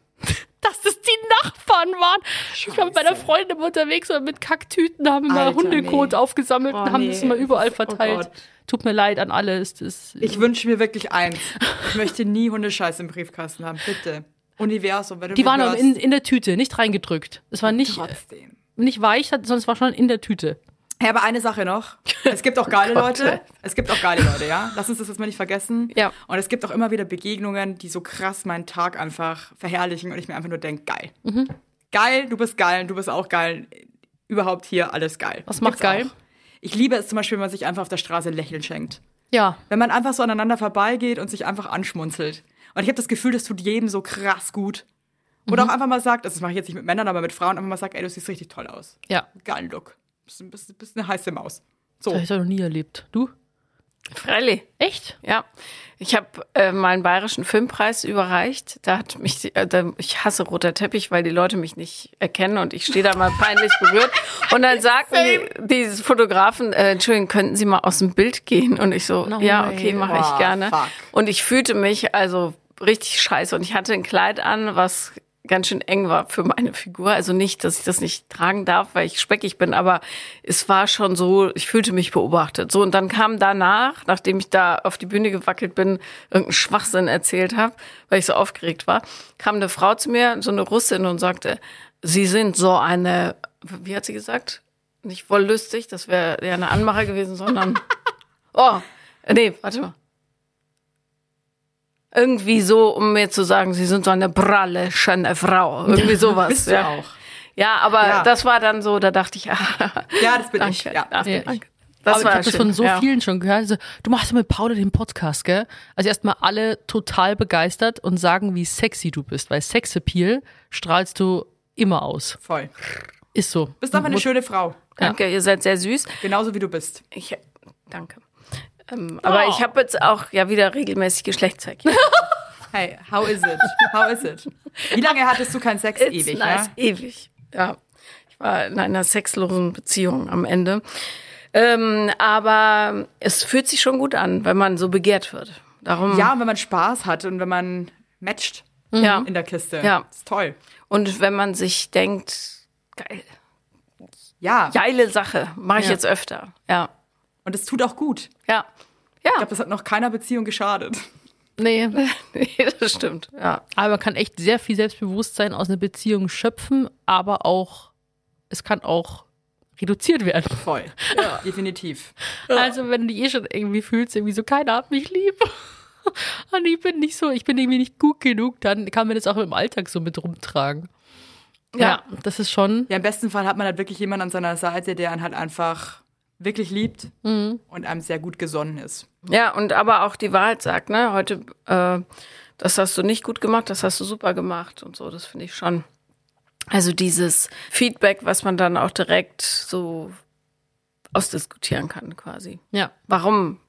[SPEAKER 4] dass das die Nachbarn waren. Ich war mit meiner Freundin unterwegs und mit Kacktüten haben immer
[SPEAKER 2] Alter,
[SPEAKER 4] Hundekot
[SPEAKER 2] nee.
[SPEAKER 4] aufgesammelt
[SPEAKER 2] Oh,
[SPEAKER 4] und haben
[SPEAKER 2] nee.
[SPEAKER 4] das immer überall
[SPEAKER 2] Oh
[SPEAKER 4] verteilt.
[SPEAKER 2] Gott.
[SPEAKER 4] Tut mir leid an alle. Ist, ist,
[SPEAKER 2] Ich wünsche mir wirklich eins. Ich möchte nie Hundescheiß im Briefkasten haben, bitte. Universum, wenn du
[SPEAKER 4] die
[SPEAKER 2] mich
[SPEAKER 4] waren aber
[SPEAKER 2] hörst,
[SPEAKER 4] in, in der Tüte, nicht reingedrückt. Es
[SPEAKER 2] Oh
[SPEAKER 4] war nicht,
[SPEAKER 2] trotzdem.
[SPEAKER 4] nicht weich, sondern es war schon in der Tüte.
[SPEAKER 2] Ja, aber eine Sache noch. Es gibt auch
[SPEAKER 4] Oh
[SPEAKER 2] geile Leute. Es gibt auch geile Leute, ja. Lass uns das jetzt mal nicht vergessen.
[SPEAKER 1] Ja.
[SPEAKER 2] Und es gibt auch immer wieder Begegnungen, die so krass meinen Tag einfach verherrlichen und ich mir einfach nur denke, geil.
[SPEAKER 4] Mhm.
[SPEAKER 2] Geil, du bist geil, du bist auch geil. Überhaupt hier alles geil.
[SPEAKER 4] Was macht geil?
[SPEAKER 2] Auch. Ich liebe es zum Beispiel, wenn man sich einfach auf der Straße Lächeln schenkt.
[SPEAKER 4] Ja.
[SPEAKER 2] Wenn man einfach so aneinander vorbeigeht und sich einfach anschmunzelt. Und ich habe das Gefühl, das tut jedem so krass gut. Oder
[SPEAKER 4] Mhm.
[SPEAKER 2] auch einfach mal sagt, also das mache ich jetzt nicht mit Männern, aber mit Frauen, einfach mal sagt, ey, du siehst richtig toll aus
[SPEAKER 4] Ja.
[SPEAKER 2] geilen Look. Bist, bist, bist eine heiße Maus. So.
[SPEAKER 4] Das habe ich doch noch nie erlebt. Du?
[SPEAKER 1] Freilich.
[SPEAKER 4] Echt?
[SPEAKER 1] Ja, ich habe äh, mal einen bayerischen Filmpreis überreicht. Da hat mich, die- äh, da, ich hasse roter Teppich, weil die Leute mich nicht erkennen und ich stehe da mal peinlich berührt. Und dann sagten die, diese Fotografen, äh, Entschuldigung, könnten Sie mal aus dem Bild gehen? Und ich so,
[SPEAKER 4] No
[SPEAKER 1] ja,
[SPEAKER 4] way.
[SPEAKER 1] okay, mache ich
[SPEAKER 2] Oh,
[SPEAKER 1] gerne.
[SPEAKER 2] fuck.
[SPEAKER 1] Und ich fühlte mich also richtig scheiße. Und ich hatte ein Kleid an, was ganz schön eng war für meine Figur. Also nicht, dass ich das nicht tragen darf, weil ich speckig bin, aber es war schon so, ich fühlte mich beobachtet. So, und dann kam danach, nachdem ich da auf die Bühne gewackelt bin, irgendeinen Schwachsinn erzählt habe, weil ich so aufgeregt war, kam eine Frau zu mir, so eine Russin, und sagte, Sie sind so eine, wie hat sie gesagt? Nicht wohl lustig, das wäre ja eine Anmacher gewesen, sondern, oh, nee, warte mal irgendwie so, um mir zu sagen, sie sind so eine pralle, schöne Frau. Irgendwie sowas.
[SPEAKER 2] Bist du
[SPEAKER 1] ja.
[SPEAKER 2] auch.
[SPEAKER 1] ja, aber
[SPEAKER 2] Ja.
[SPEAKER 1] das war dann so, da dachte ich, ah,
[SPEAKER 2] Ja, das bin ich.
[SPEAKER 1] danke,
[SPEAKER 2] Ja.
[SPEAKER 1] danke,
[SPEAKER 4] Ja.
[SPEAKER 1] danke.
[SPEAKER 4] Das Aber ich
[SPEAKER 1] war
[SPEAKER 4] habe das
[SPEAKER 1] schön,
[SPEAKER 4] von so
[SPEAKER 1] ja.
[SPEAKER 4] vielen schon gehört. Also, du machst ja mit Paula den Podcast, gell? Also erstmal alle total begeistert und sagen, wie sexy du bist, weil Sexappeal strahlst du immer aus.
[SPEAKER 2] Voll.
[SPEAKER 4] Ist so.
[SPEAKER 2] Bist einfach eine schöne Frau.
[SPEAKER 1] Danke, ihr seid sehr süß.
[SPEAKER 2] Genauso wie du bist.
[SPEAKER 1] Ich, danke. Ähm, Aber
[SPEAKER 2] Oh.
[SPEAKER 1] ich habe jetzt auch ja wieder regelmäßig Geschlechtsverkehr.
[SPEAKER 2] Hey, how is it? How is it? Wie lange hattest du keinen Sex? Ewig,
[SPEAKER 1] nice.
[SPEAKER 2] ne?
[SPEAKER 1] Ewig. Ja. Ich war in einer sexlosen Beziehung am Ende. Ähm, aber es fühlt sich schon gut an, wenn man so begehrt wird. Darum,
[SPEAKER 2] Ja, und wenn man Spaß hat und wenn man matcht
[SPEAKER 1] ja.
[SPEAKER 2] in der Kiste.
[SPEAKER 1] Ja.
[SPEAKER 2] Ist toll.
[SPEAKER 1] Und wenn man sich denkt, geil,
[SPEAKER 2] Ja.
[SPEAKER 1] geile Sache, mache ich jetzt öfter. Ja.
[SPEAKER 2] Und es tut auch gut.
[SPEAKER 1] Ja.
[SPEAKER 2] Ich
[SPEAKER 1] Ja.
[SPEAKER 2] glaube, das hat noch keiner Beziehung geschadet.
[SPEAKER 4] Nee.
[SPEAKER 1] Nee, das stimmt. Ja.
[SPEAKER 4] Aber man kann echt sehr viel Selbstbewusstsein aus einer Beziehung schöpfen, aber auch, es kann auch reduziert werden.
[SPEAKER 2] Voll. Definitiv.
[SPEAKER 4] Also, wenn du dich eh schon irgendwie fühlst, irgendwie so, keiner hat mich lieb. Und ich bin nicht so, ich bin irgendwie nicht gut genug, dann kann man das auch im Alltag so mit rumtragen. Ja, das ist schon.
[SPEAKER 2] Ja, im besten Fall hat man halt wirklich jemanden an seiner Seite, der einen halt einfach wirklich liebt
[SPEAKER 1] Mhm.
[SPEAKER 2] und einem sehr gut gesonnen ist.
[SPEAKER 1] Ja, und aber auch die Wahrheit sagt, ne, heute, äh, das hast du nicht gut gemacht, das hast du super gemacht und so, das finde ich schon. Also dieses Feedback, was man dann auch direkt so ausdiskutieren kann, quasi.
[SPEAKER 4] Ja.
[SPEAKER 1] Warum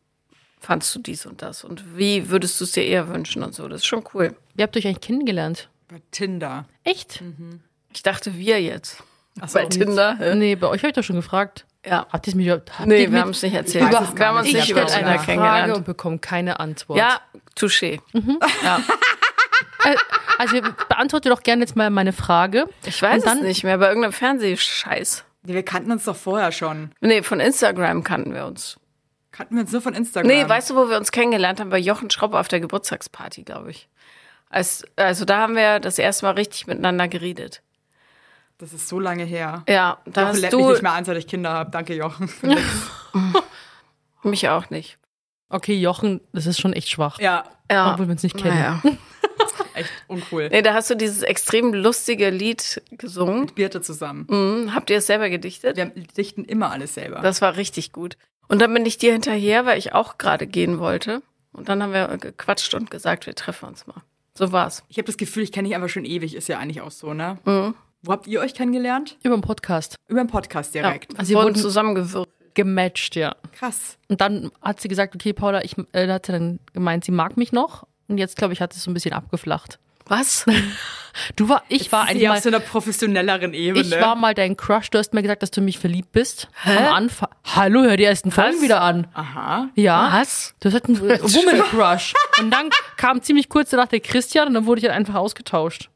[SPEAKER 1] fandst du dies und das? Und wie würdest du es dir eher wünschen und so? Das ist schon cool.
[SPEAKER 4] Wie habt ihr euch eigentlich kennengelernt?
[SPEAKER 2] Bei Tinder.
[SPEAKER 4] Echt?
[SPEAKER 1] Ich dachte, wir jetzt.
[SPEAKER 2] Ach
[SPEAKER 1] Bei Tinder. hä?
[SPEAKER 4] Nee, bei euch habe ich doch schon gefragt.
[SPEAKER 1] Ja.
[SPEAKER 4] Habt ihr es mir habt
[SPEAKER 1] Nee,
[SPEAKER 4] ihr
[SPEAKER 1] wir
[SPEAKER 4] mir-
[SPEAKER 1] haben es nicht erzählt.
[SPEAKER 2] Ich weiß es
[SPEAKER 1] wir
[SPEAKER 2] gar
[SPEAKER 1] haben uns
[SPEAKER 2] nicht.
[SPEAKER 1] nicht
[SPEAKER 4] Ich
[SPEAKER 2] über
[SPEAKER 4] stelle
[SPEAKER 1] miteinander
[SPEAKER 4] eine Frage
[SPEAKER 1] kennengelernt.
[SPEAKER 4] und bekomme keine Antwort.
[SPEAKER 1] Ja, touché.
[SPEAKER 4] Äh, Also beantworte doch gerne jetzt mal meine Frage.
[SPEAKER 1] Ich weiß
[SPEAKER 4] Und dann,
[SPEAKER 1] es nicht mehr, bei irgendeinem Fernsehscheiß.
[SPEAKER 2] Nee, wir kannten uns doch vorher schon.
[SPEAKER 1] Nee, von Instagram kannten wir uns.
[SPEAKER 2] Kannten wir uns nur von Instagram.
[SPEAKER 1] Nee, weißt du, wo wir uns kennengelernt haben? Bei Jochen Schropp auf der Geburtstagsparty, glaube ich. Als, also da haben wir das erste Mal richtig miteinander geredet.
[SPEAKER 2] Das ist so lange her.
[SPEAKER 1] Ja, da
[SPEAKER 2] Jochen lädt
[SPEAKER 1] hast
[SPEAKER 2] mich
[SPEAKER 1] du
[SPEAKER 2] nicht mehr an, seit ich Kinder habe. Danke, Jochen.
[SPEAKER 1] mich auch nicht.
[SPEAKER 4] Okay, Jochen, das ist schon echt schwach.
[SPEAKER 2] ja,
[SPEAKER 1] Ja.
[SPEAKER 4] Obwohl wir uns nicht kennen.
[SPEAKER 1] Naja.
[SPEAKER 2] echt uncool.
[SPEAKER 1] Nee, da hast du dieses extrem lustige Lied gesungen.
[SPEAKER 2] Birte zusammen.
[SPEAKER 1] Hm, habt ihr es selber gedichtet?
[SPEAKER 2] Wir dichten immer alles selber.
[SPEAKER 1] Das war richtig gut. Und dann bin ich dir hinterher, weil ich auch gerade gehen wollte. Und dann haben wir gequatscht und gesagt, wir treffen uns mal. So war's.
[SPEAKER 2] ich habe das Gefühl, ich kenne dich einfach schon ewig. Ist ja eigentlich auch so, ne?
[SPEAKER 1] Mhm.
[SPEAKER 2] Wo habt ihr euch kennengelernt?
[SPEAKER 4] Über den Podcast.
[SPEAKER 2] Über den Podcast direkt.
[SPEAKER 1] Also
[SPEAKER 4] Also
[SPEAKER 1] wir
[SPEAKER 4] wir
[SPEAKER 1] wurden
[SPEAKER 4] wurden-
[SPEAKER 1] zusammengewürgt.
[SPEAKER 4] Gematcht, ja.
[SPEAKER 2] Krass.
[SPEAKER 4] Und dann hat sie gesagt, okay, Paula, ich äh, da hat sie dann gemeint, sie mag mich noch. Und jetzt, glaube ich, hat es so ein bisschen abgeflacht.
[SPEAKER 1] Was?
[SPEAKER 4] Du war, ich war eigentlich
[SPEAKER 2] Sie auf
[SPEAKER 4] mal,
[SPEAKER 2] so einer professionelleren Ebene.
[SPEAKER 1] ne?
[SPEAKER 4] ich war mal dein Crush. Du hast mir gesagt, dass du mich verliebt bist. Am Anfang. Hallo, hör die ersten Folgen wieder an.
[SPEAKER 2] Aha.
[SPEAKER 4] Ja. Was? Das hat einen Woman Crush. Und dann kam ziemlich kurz danach der Christian und dann wurde ich dann einfach ausgetauscht.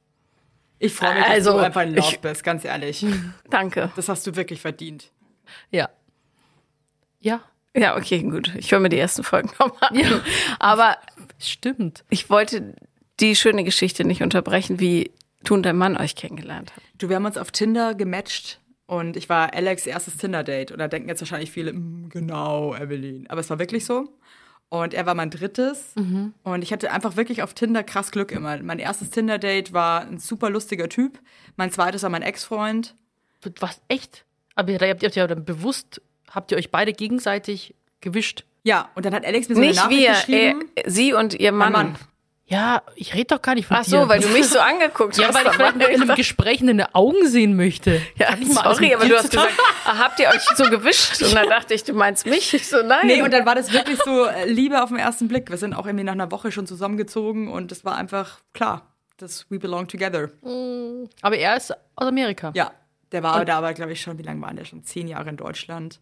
[SPEAKER 2] Ich freue mich, dass
[SPEAKER 1] Also,
[SPEAKER 2] du einfach in Love
[SPEAKER 1] ich-
[SPEAKER 2] bist, ganz ehrlich.
[SPEAKER 1] Danke.
[SPEAKER 2] Das hast du wirklich verdient.
[SPEAKER 4] Ja. Ja, Also,
[SPEAKER 1] Ja, okay, gut. Ich höre mir die ersten Folgen nochmal an. Aber
[SPEAKER 4] stimmt.
[SPEAKER 1] ich wollte die schöne Geschichte nicht unterbrechen, wie du und dein Mann euch kennengelernt habt.
[SPEAKER 2] Du, wir haben uns auf Tinder gematcht und ich war Alex' erstes Tinder-Date. Und da denken jetzt wahrscheinlich viele, "Mm, genau, Evelyn. Aber es war wirklich so. Und er war mein drittes.
[SPEAKER 1] Mhm.
[SPEAKER 2] Und ich hatte einfach wirklich auf Tinder krass Glück immer. Mein erstes Tinder-Date war ein super lustiger Typ. Mein zweites war mein Ex-Freund.
[SPEAKER 4] Was echt? Aber ihr habt ihr habt ja dann bewusst, habt ihr euch beide gegenseitig gewischt.
[SPEAKER 2] Ja, und dann hat Alex mir so
[SPEAKER 1] Nicht
[SPEAKER 2] eine Nachricht
[SPEAKER 1] wir,
[SPEAKER 2] geschrieben.
[SPEAKER 1] äh, sie und ihr Mann.
[SPEAKER 2] Mein Mann.
[SPEAKER 4] Ja, ich rede doch gar nicht von
[SPEAKER 1] Ach
[SPEAKER 4] dir.
[SPEAKER 1] so, weil du mich so angeguckt
[SPEAKER 4] ja,
[SPEAKER 1] hast.
[SPEAKER 4] weil ich
[SPEAKER 1] dabei.
[SPEAKER 4] vielleicht mal in einem Gespräch in deine Augen sehen möchte.
[SPEAKER 1] ja,
[SPEAKER 4] Kann ich mal alles
[SPEAKER 1] sorry,
[SPEAKER 4] mit
[SPEAKER 1] aber
[SPEAKER 4] dir
[SPEAKER 1] du hast
[SPEAKER 4] zu tun?
[SPEAKER 1] gesagt, ah, habt ihr euch so gewischt? Und dann dachte ich, du meinst mich. Ich so, nein.
[SPEAKER 2] Nee, und dann war das wirklich so äh, Liebe auf den ersten Blick. Wir sind auch irgendwie nach einer Woche schon zusammengezogen und es war einfach klar, dass we belong together.
[SPEAKER 4] Aber er ist aus Amerika.
[SPEAKER 2] Ja, der war da aber, glaube ich, schon, wie lange war der schon? Zehn Jahre in Deutschland.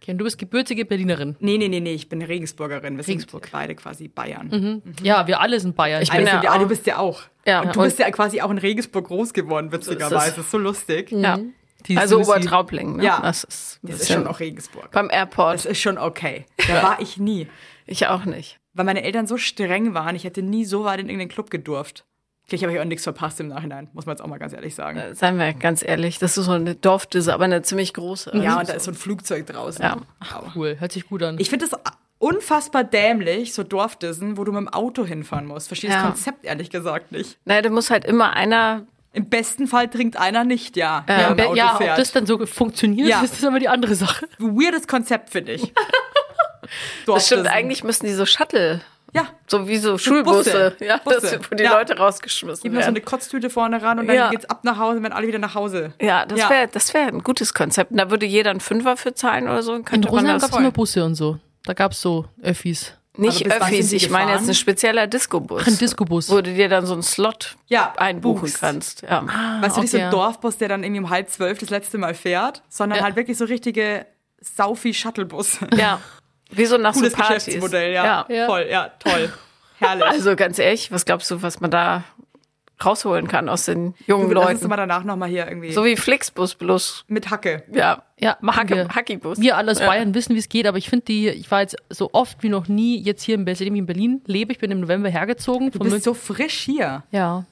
[SPEAKER 4] Okay, und du bist gebürtige Berlinerin.
[SPEAKER 2] Nee, nee, nee, nee, ich bin Regensburgerin. Wir
[SPEAKER 4] Regensburg.
[SPEAKER 2] sind beide quasi Bayern.
[SPEAKER 4] Ja, wir alle sind Bayern.
[SPEAKER 1] Mhm.
[SPEAKER 4] Also,
[SPEAKER 1] Ich bin
[SPEAKER 2] Alle
[SPEAKER 1] ja
[SPEAKER 2] sind ja, ah,
[SPEAKER 1] auch-
[SPEAKER 2] du bist ja auch.
[SPEAKER 1] Ja,
[SPEAKER 2] und du
[SPEAKER 1] und-
[SPEAKER 2] bist ja quasi auch in Regensburg groß geworden, witzigerweise. ist so lustig.
[SPEAKER 1] Ja.
[SPEAKER 4] Die
[SPEAKER 1] Also
[SPEAKER 4] Susi.
[SPEAKER 1] Obertraubling, ne?
[SPEAKER 2] Ja.
[SPEAKER 1] Mhm. Das ist, ein
[SPEAKER 2] Das ist
[SPEAKER 1] bisschen-
[SPEAKER 2] schon Also- auch Regensburg.
[SPEAKER 1] beim
[SPEAKER 2] Das
[SPEAKER 1] Airport.
[SPEAKER 2] ist schon okay. Da war ich nie.
[SPEAKER 1] Ich auch nicht.
[SPEAKER 2] Weil meine Eltern so streng waren, ich hätte nie so weit in irgendeinen Club gedurft. Vielleicht habe ich auch nichts verpasst im Nachhinein, muss man jetzt auch mal ganz ehrlich sagen.
[SPEAKER 1] Seien wir ganz ehrlich, das ist so eine Dorfdisse, aber eine ziemlich große. Also
[SPEAKER 2] Ja, und da ist so ein Flugzeug draußen.
[SPEAKER 1] Ja.
[SPEAKER 2] Au.
[SPEAKER 4] Cool, hört sich gut an.
[SPEAKER 2] Ich finde das unfassbar dämlich, so Dorfdissen, wo du mit dem Auto hinfahren musst. Verstehe das
[SPEAKER 1] Ja.
[SPEAKER 2] Konzept ehrlich gesagt nicht.
[SPEAKER 1] Naja, da muss halt immer einer.
[SPEAKER 2] Im besten Fall trinkt einer nicht, ja.
[SPEAKER 4] ja,
[SPEAKER 2] der mit dem
[SPEAKER 4] be-
[SPEAKER 2] Auto
[SPEAKER 4] ja ob
[SPEAKER 2] fährt.
[SPEAKER 4] das dann so funktioniert,
[SPEAKER 2] Ja.
[SPEAKER 4] ist das aber die andere Sache.
[SPEAKER 2] weirdes Konzept, finde ich.
[SPEAKER 1] Das stimmt,
[SPEAKER 2] Dorfdissen.
[SPEAKER 1] eigentlich müssen die so Shuttle,
[SPEAKER 2] Ja.
[SPEAKER 1] so wie so Schulbusse,
[SPEAKER 2] Busse.
[SPEAKER 1] ja,
[SPEAKER 2] Busse.
[SPEAKER 1] Das, wo die
[SPEAKER 2] Ja.
[SPEAKER 1] Leute rausgeschmissen
[SPEAKER 2] Gib mir so eine
[SPEAKER 1] werden.
[SPEAKER 2] Kotztüte vorne ran und dann
[SPEAKER 1] Ja.
[SPEAKER 2] geht's ab nach Hause, wenn alle wieder nach Hause.
[SPEAKER 1] Ja, das wäre das wär ein gutes Konzept. Und da würde jeder einen Fünfer für zahlen oder so. und
[SPEAKER 4] In
[SPEAKER 1] Könnte man
[SPEAKER 4] Rosenheim
[SPEAKER 1] das
[SPEAKER 4] gab es nur Busse und so. Da gab es so Öffis.
[SPEAKER 1] Nicht
[SPEAKER 2] Aber Also bis wann
[SPEAKER 1] Öffis,
[SPEAKER 2] sind die
[SPEAKER 1] ich meine jetzt
[SPEAKER 2] gefahren?
[SPEAKER 1] ein spezieller Disco-Bus.
[SPEAKER 4] Ein Discobus.
[SPEAKER 1] Wo du dir dann so einen Slot
[SPEAKER 2] Ja,
[SPEAKER 1] einbuchen
[SPEAKER 2] buchst. Ah.
[SPEAKER 1] kannst. Ja.
[SPEAKER 2] Weißt du, nicht so
[SPEAKER 4] okay.
[SPEAKER 2] ein Dorfbus, der dann irgendwie um halb zwölf das letzte Mal fährt, sondern
[SPEAKER 4] Ja.
[SPEAKER 2] halt wirklich so richtige Saufi-Shuttle-Busse.
[SPEAKER 1] ja. Wie so nach
[SPEAKER 2] Cooles
[SPEAKER 1] so Partys.
[SPEAKER 2] Geschäftsmodell, ja.
[SPEAKER 1] ja.
[SPEAKER 4] Ja.
[SPEAKER 2] Voll, ja, toll. Herrlich.
[SPEAKER 1] Also ganz ehrlich, was glaubst du, was man da rausholen kann aus den jungen
[SPEAKER 2] Lass uns doch
[SPEAKER 1] Leuten?
[SPEAKER 2] mal danach nochmal hier irgendwie
[SPEAKER 1] So wie Flixbus bloß,
[SPEAKER 2] mit Hacke.
[SPEAKER 1] ja,
[SPEAKER 4] Ja, machen
[SPEAKER 1] Hacke-
[SPEAKER 4] wir.
[SPEAKER 1] Hackibus.
[SPEAKER 4] Wir alle aus
[SPEAKER 1] Ja.
[SPEAKER 4] Bayern wissen, wie es geht, aber ich finde die, ich war jetzt so oft wie noch nie jetzt hier in Berlin, seitdem ich in Berlin lebe. Ich bin im November hergezogen.
[SPEAKER 2] Du
[SPEAKER 4] von
[SPEAKER 2] bist so frisch hier. Mhm.
[SPEAKER 4] Mün- ja.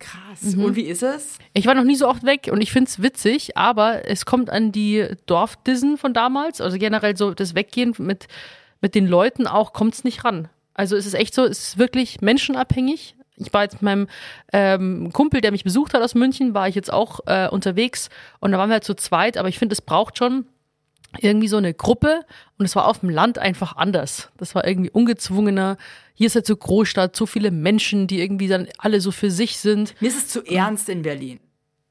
[SPEAKER 2] Krass. Und wie ist es?
[SPEAKER 4] Ich war noch nie so oft weg und ich finde es witzig, aber es kommt an die Dorfdissen von damals, also generell so das Weggehen mit, mit den Leuten auch, kommt es nicht ran. Also es ist echt so, es ist wirklich menschenabhängig. Ich war jetzt mit meinem ähm, Kumpel, der mich besucht hat aus München, war ich jetzt auch äh, unterwegs und da waren wir halt zu zweit, aber ich finde, es braucht schon irgendwie so eine Gruppe und es war auf dem Land einfach anders. Das war irgendwie ungezwungener. Hier ist halt so Großstadt, so viele Menschen, die irgendwie dann alle so für sich sind.
[SPEAKER 2] Mir ist es zu ernst in Berlin.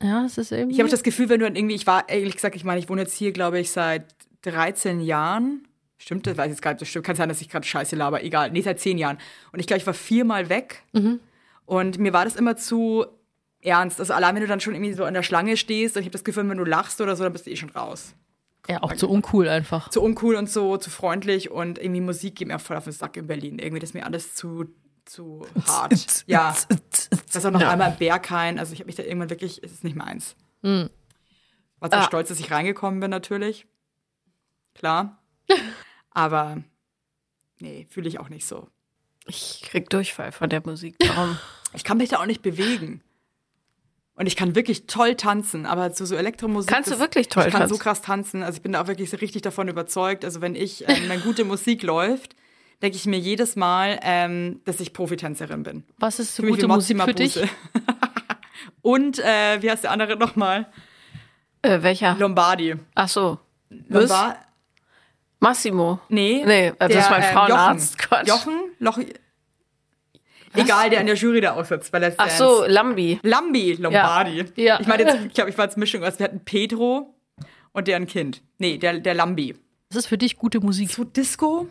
[SPEAKER 4] Ja, es ist irgendwie.
[SPEAKER 2] Ich habe das Gefühl, wenn du dann irgendwie, ich war ehrlich gesagt, ich meine, ich wohne jetzt hier, glaube ich, seit 13 Jahren. Stimmt, das weiß ich jetzt gar nicht, das stimmt. Kann sein, dass ich gerade Scheiße laber, egal. Nee, seit 10 Jahren. Und ich glaube, ich war viermal weg. Und mir war das immer zu ernst. Also allein, wenn du dann schon irgendwie so in der Schlange stehst und ich habe das Gefühl, wenn du lachst oder so, dann bist du eh schon raus.
[SPEAKER 4] Ja, auch zu uncool einfach.
[SPEAKER 2] Zu uncool und so, zu freundlich und irgendwie Musik geht mir voll auf den Sack in Berlin. Irgendwie, das ist mir alles zu, zu hart. ja. Das ist auch noch einmal im Berghain. Also ich habe mich da irgendwann wirklich, es ist nicht meins.
[SPEAKER 1] Hm.
[SPEAKER 2] War
[SPEAKER 1] Ah.
[SPEAKER 2] zwar stolz, dass ich reingekommen bin, natürlich. Klar. Aber nee, fühle ich auch nicht so.
[SPEAKER 1] Ich krieg Durchfall von der Musik. Warum?
[SPEAKER 2] Ich kann mich da auch nicht bewegen. Und ich kann wirklich toll tanzen, aber zu so Elektromusik.
[SPEAKER 1] Kannst du
[SPEAKER 2] das-
[SPEAKER 1] wirklich toll
[SPEAKER 2] Ich kann so
[SPEAKER 1] tanzen?
[SPEAKER 2] krass tanzen. Also ich bin da auch wirklich so richtig davon überzeugt. Also wenn ich, ähm, wenn gute Musik läuft, denke ich mir jedes Mal, ähm, dass ich Profitänzerin bin.
[SPEAKER 4] Was ist so
[SPEAKER 2] Fühl mich wie
[SPEAKER 4] gute Musik
[SPEAKER 2] Maxima
[SPEAKER 4] für dich?
[SPEAKER 2] Buse. Und äh, wie heißt der andere nochmal?
[SPEAKER 1] äh, welcher?
[SPEAKER 2] Lombardi.
[SPEAKER 1] Ach so. Was?
[SPEAKER 2] Lombardi.
[SPEAKER 1] Massimo.
[SPEAKER 2] Nee.
[SPEAKER 1] Nee, äh, das ist mein
[SPEAKER 2] ähm,
[SPEAKER 1] Frauenarzt.
[SPEAKER 2] Jochen.
[SPEAKER 1] Gott.
[SPEAKER 2] Jochen? Loch. Egal, der in der Jury da aussitzt bei Let's
[SPEAKER 1] Ach
[SPEAKER 2] Dance.
[SPEAKER 1] so, Lambi.
[SPEAKER 2] Lambi, Lombardi.
[SPEAKER 4] Ja.
[SPEAKER 2] Ich meine, jetzt, ich glaube, ich war jetzt Mischung aus. Wir hatten Pedro und deren Kind. Nee, der, der Lambi.
[SPEAKER 4] Was ist für dich gute Musik?
[SPEAKER 2] So Disco?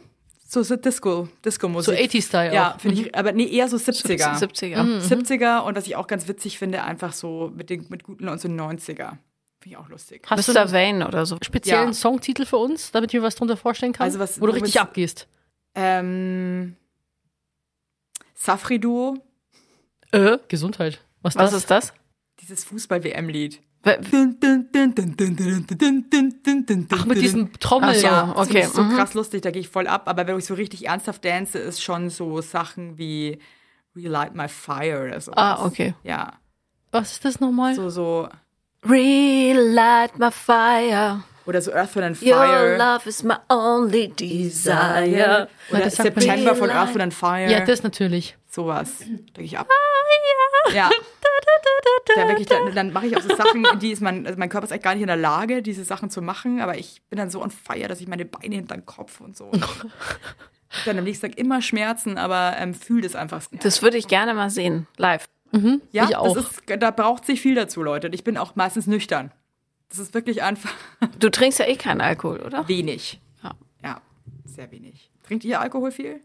[SPEAKER 2] So, so Disco, Disco-Musik.
[SPEAKER 4] So 80s-Style
[SPEAKER 2] Ja,
[SPEAKER 4] auch.
[SPEAKER 2] finde
[SPEAKER 1] Mhm.
[SPEAKER 2] ich, aber nee, eher so 70er.
[SPEAKER 1] 70er.
[SPEAKER 4] Mhm.
[SPEAKER 2] 70er und was ich auch ganz witzig finde, einfach so mit, den, mit guten und so 90er. Finde ich auch lustig.
[SPEAKER 4] Hast du
[SPEAKER 1] Mr.
[SPEAKER 4] einen
[SPEAKER 1] Vane oder so.
[SPEAKER 4] speziellen
[SPEAKER 2] Ja.
[SPEAKER 4] Songtitel für uns, damit ich mir was drunter vorstellen kann?
[SPEAKER 2] Also was-
[SPEAKER 4] wo du richtig
[SPEAKER 2] womit's-
[SPEAKER 4] abgehst.
[SPEAKER 2] Ähm, Safri Duo,
[SPEAKER 4] Äh? Gesundheit. Was,
[SPEAKER 1] Was
[SPEAKER 4] das?
[SPEAKER 1] ist das?
[SPEAKER 2] dieses Fußball-WM-Lied.
[SPEAKER 1] We-
[SPEAKER 4] Ach, mit diesen Trommeln.
[SPEAKER 1] Ach so.
[SPEAKER 4] ja.
[SPEAKER 2] Ja, okay.
[SPEAKER 1] okay,
[SPEAKER 2] Das ist so
[SPEAKER 1] mhm.
[SPEAKER 2] krass lustig, da gehe ich voll ab. Aber wenn ich so richtig ernsthaft dance, ist schon so Sachen wie Relight My Fire oder so.
[SPEAKER 1] Ah, okay.
[SPEAKER 2] Ja,
[SPEAKER 4] Was ist das nochmal?
[SPEAKER 2] so, so.
[SPEAKER 1] Relight my fire.
[SPEAKER 2] Oder so Earth, Wind and
[SPEAKER 1] Your
[SPEAKER 2] Fire.
[SPEAKER 1] love is my only desire.
[SPEAKER 4] Na,
[SPEAKER 2] Oder
[SPEAKER 4] das sagt man nicht.
[SPEAKER 2] September von Earth, Wind and Fire.
[SPEAKER 4] ja, das natürlich.
[SPEAKER 2] Sowas. Da gehe ich ab. Mhm. Ah, Ja. Da wirklich, dann, dann mache ich auch so Sachen, in die ist mein, also mein Körper ist eigentlich gar nicht in der Lage, diese Sachen zu machen, aber ich bin dann so on fire, dass ich meine Beine hinter den Kopf und so. dann am nächsten Tag immer Schmerzen, aber ähm, fühle das einfach. sehr.
[SPEAKER 1] Das würde ich gerne mal sehen, live.
[SPEAKER 2] ja,
[SPEAKER 4] ich auch.
[SPEAKER 2] Das ist, da braucht sich viel dazu, Leute. Und ich bin auch meistens nüchtern. Das ist wirklich einfach
[SPEAKER 1] Du trinkst ja eh keinen Alkohol, oder?
[SPEAKER 2] wenig.
[SPEAKER 1] Ja.
[SPEAKER 2] Ja, sehr wenig. Trinkt ihr Alkohol viel?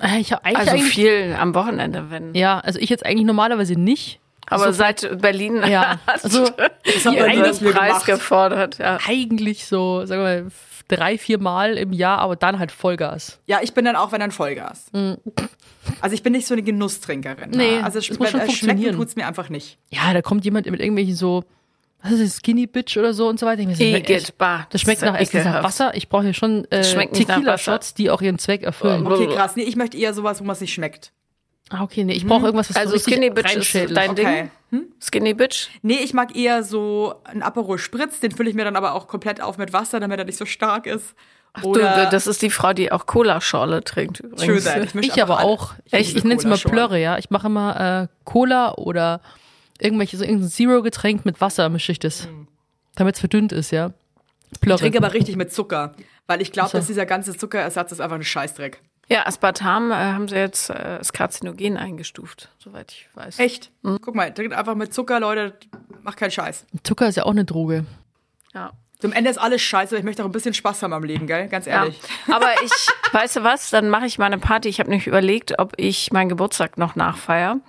[SPEAKER 4] Äh, Ich habe eigentlich,
[SPEAKER 1] Also
[SPEAKER 4] eigentlich
[SPEAKER 1] viel am Wochenende, wenn.
[SPEAKER 4] ja, also ich jetzt eigentlich normalerweise nicht.
[SPEAKER 1] Aber seit Berlin
[SPEAKER 4] Ja,
[SPEAKER 1] hat
[SPEAKER 4] also,
[SPEAKER 1] also,
[SPEAKER 4] hat
[SPEAKER 1] die
[SPEAKER 4] man
[SPEAKER 1] einen
[SPEAKER 2] das hier
[SPEAKER 1] Preis
[SPEAKER 2] gemacht.
[SPEAKER 1] gefordert. Ja.
[SPEAKER 4] eigentlich so, sagen wir mal, f- drei, vier Mal im Jahr, aber dann halt Vollgas.
[SPEAKER 2] Ja, ich bin dann auch, wenn dann Vollgas. Also ich bin nicht so eine Genusstrinkerin.
[SPEAKER 4] Nee,
[SPEAKER 2] ne? also es
[SPEAKER 4] es muss schon
[SPEAKER 2] äh, schmecken
[SPEAKER 4] funktionieren.
[SPEAKER 2] tut's mir einfach nicht.
[SPEAKER 4] Ja, da kommt jemand mit irgendwelchen so, was ist das, Skinny Bitch oder so und so weiter. Ich mir so,
[SPEAKER 1] Igitt,
[SPEAKER 4] echt,
[SPEAKER 1] bah,
[SPEAKER 4] das schmeckt
[SPEAKER 1] das ist
[SPEAKER 4] nach, erstens nach
[SPEAKER 1] ekelhaft.
[SPEAKER 4] Wasser. Ich brauche hier schon äh,
[SPEAKER 1] schmeckt nicht nach
[SPEAKER 4] Tequila-Shots,
[SPEAKER 1] Wasser.
[SPEAKER 4] die auch ihren Zweck erfüllen.
[SPEAKER 2] Okay, krass. Nee, ich möchte eher sowas, wo man es nicht schmeckt.
[SPEAKER 4] Ah, okay, nee,
[SPEAKER 2] Mhm.
[SPEAKER 4] ich brauche irgendwas, was
[SPEAKER 1] Also
[SPEAKER 4] so richtig
[SPEAKER 1] Skinny Bitch ist
[SPEAKER 4] reinschädelt.
[SPEAKER 1] dein
[SPEAKER 2] Okay.
[SPEAKER 1] Ding. Skinny Bitch.
[SPEAKER 2] Nee, ich mag eher so einen Aperol Spritz, den fülle ich mir dann aber auch komplett auf mit Wasser, damit er nicht so stark ist.
[SPEAKER 1] Du,
[SPEAKER 2] Oder
[SPEAKER 1] das ist die Frau, die auch Cola-Schorle trinkt übrigens.
[SPEAKER 2] True that. mische
[SPEAKER 4] Ich
[SPEAKER 2] einfach
[SPEAKER 4] aber
[SPEAKER 2] alle.
[SPEAKER 4] auch. Ich,
[SPEAKER 2] liebe
[SPEAKER 4] ich nenne es immer
[SPEAKER 2] Cola schon.
[SPEAKER 4] Plörre, ja. Ich mache immer äh, Cola oder irgendwelche, so irgendein Zero-Getränk mit Wasser mische ich das. Damit es verdünnt ist, ja. Plörre.
[SPEAKER 2] Mhm. Ich trinke aber richtig mit Zucker, weil ich glaube, dass dieser ganze Zuckerersatz ist einfach ein Scheißdreck.
[SPEAKER 1] Ja, Aspartam äh, haben sie jetzt äh, als Karzinogen eingestuft, soweit ich weiß.
[SPEAKER 2] Echt? Guck mal, trinkt einfach mit Zucker, Leute, macht keinen Scheiß.
[SPEAKER 4] Zucker ist ja auch eine Droge.
[SPEAKER 1] Ja.
[SPEAKER 2] Zum Ende ist alles scheiße, aber ich möchte auch ein bisschen Spaß haben am Leben, gell? Ganz
[SPEAKER 1] Ja.
[SPEAKER 2] ehrlich.
[SPEAKER 1] Aber ich, weißt du was, dann mache ich meine Party. Ich habe nämlich überlegt, ob ich meinen Geburtstag noch nachfeier.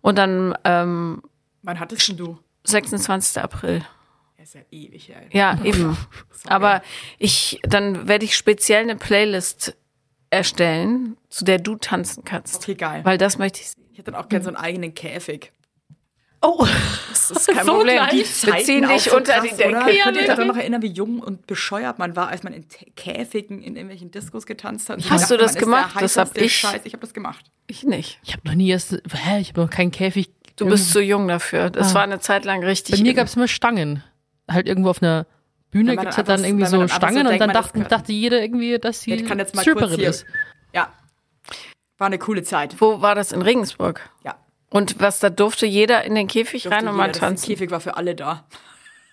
[SPEAKER 1] Und dann ähm,
[SPEAKER 2] Wann hattest denn du?
[SPEAKER 1] 26. April.
[SPEAKER 2] Das ist ja ewig, ey.
[SPEAKER 1] Ja, eben. Aber ich, dann werde ich speziell eine Playlist erstellen, zu der du tanzen kannst.
[SPEAKER 2] Okay, geil.
[SPEAKER 1] Weil das möchte ich sehen.
[SPEAKER 2] Ich hätte dann auch gerne so einen eigenen Käfig.
[SPEAKER 4] Oh,
[SPEAKER 1] Das ist kein
[SPEAKER 4] So
[SPEAKER 1] Problem.
[SPEAKER 4] gleich.
[SPEAKER 1] Wir ziehen dich unter die Decke.
[SPEAKER 2] Ich könnte mich
[SPEAKER 4] wirklich.
[SPEAKER 2] daran noch erinnern, wie jung und bescheuert man war, als man in T- Käfigen in irgendwelchen Diskos getanzt hat. Und
[SPEAKER 1] Hast
[SPEAKER 2] dachte,
[SPEAKER 1] du das
[SPEAKER 2] man ist der
[SPEAKER 1] gemacht? Das hab
[SPEAKER 2] heißeste
[SPEAKER 1] ich-
[SPEAKER 2] Scheiß. Ich habe das gemacht.
[SPEAKER 1] Ich nicht.
[SPEAKER 4] ich habe noch nie erst. Hä, ich habe noch keinen Käfig.
[SPEAKER 1] Du bist zu jung dafür. Das war eine Zeit lang richtig.
[SPEAKER 4] Bei mir gab es immer Stangen. Halt irgendwo auf einer Bühne
[SPEAKER 2] Wenn man
[SPEAKER 4] gibt es
[SPEAKER 2] dann
[SPEAKER 4] halt dann
[SPEAKER 2] einfach- wenn
[SPEAKER 4] irgendwie
[SPEAKER 2] man
[SPEAKER 4] so
[SPEAKER 2] dann einfach so
[SPEAKER 4] Stangen und
[SPEAKER 2] denkt,
[SPEAKER 4] dann
[SPEAKER 2] man, das
[SPEAKER 4] dachten,
[SPEAKER 2] kann-
[SPEAKER 4] dachte jeder irgendwie, dass sie
[SPEAKER 2] Ich kann jetzt mal kurz
[SPEAKER 4] Stripperin
[SPEAKER 2] hier.
[SPEAKER 4] ist.
[SPEAKER 2] Ja. War eine coole Zeit.
[SPEAKER 1] Wo war das in Regensburg?
[SPEAKER 2] Ja.
[SPEAKER 1] Und was, da durfte jeder in den Käfig rein und
[SPEAKER 2] Durfte
[SPEAKER 1] mal
[SPEAKER 2] jeder, das-
[SPEAKER 1] tanzen.
[SPEAKER 2] Der Käfig war für alle da.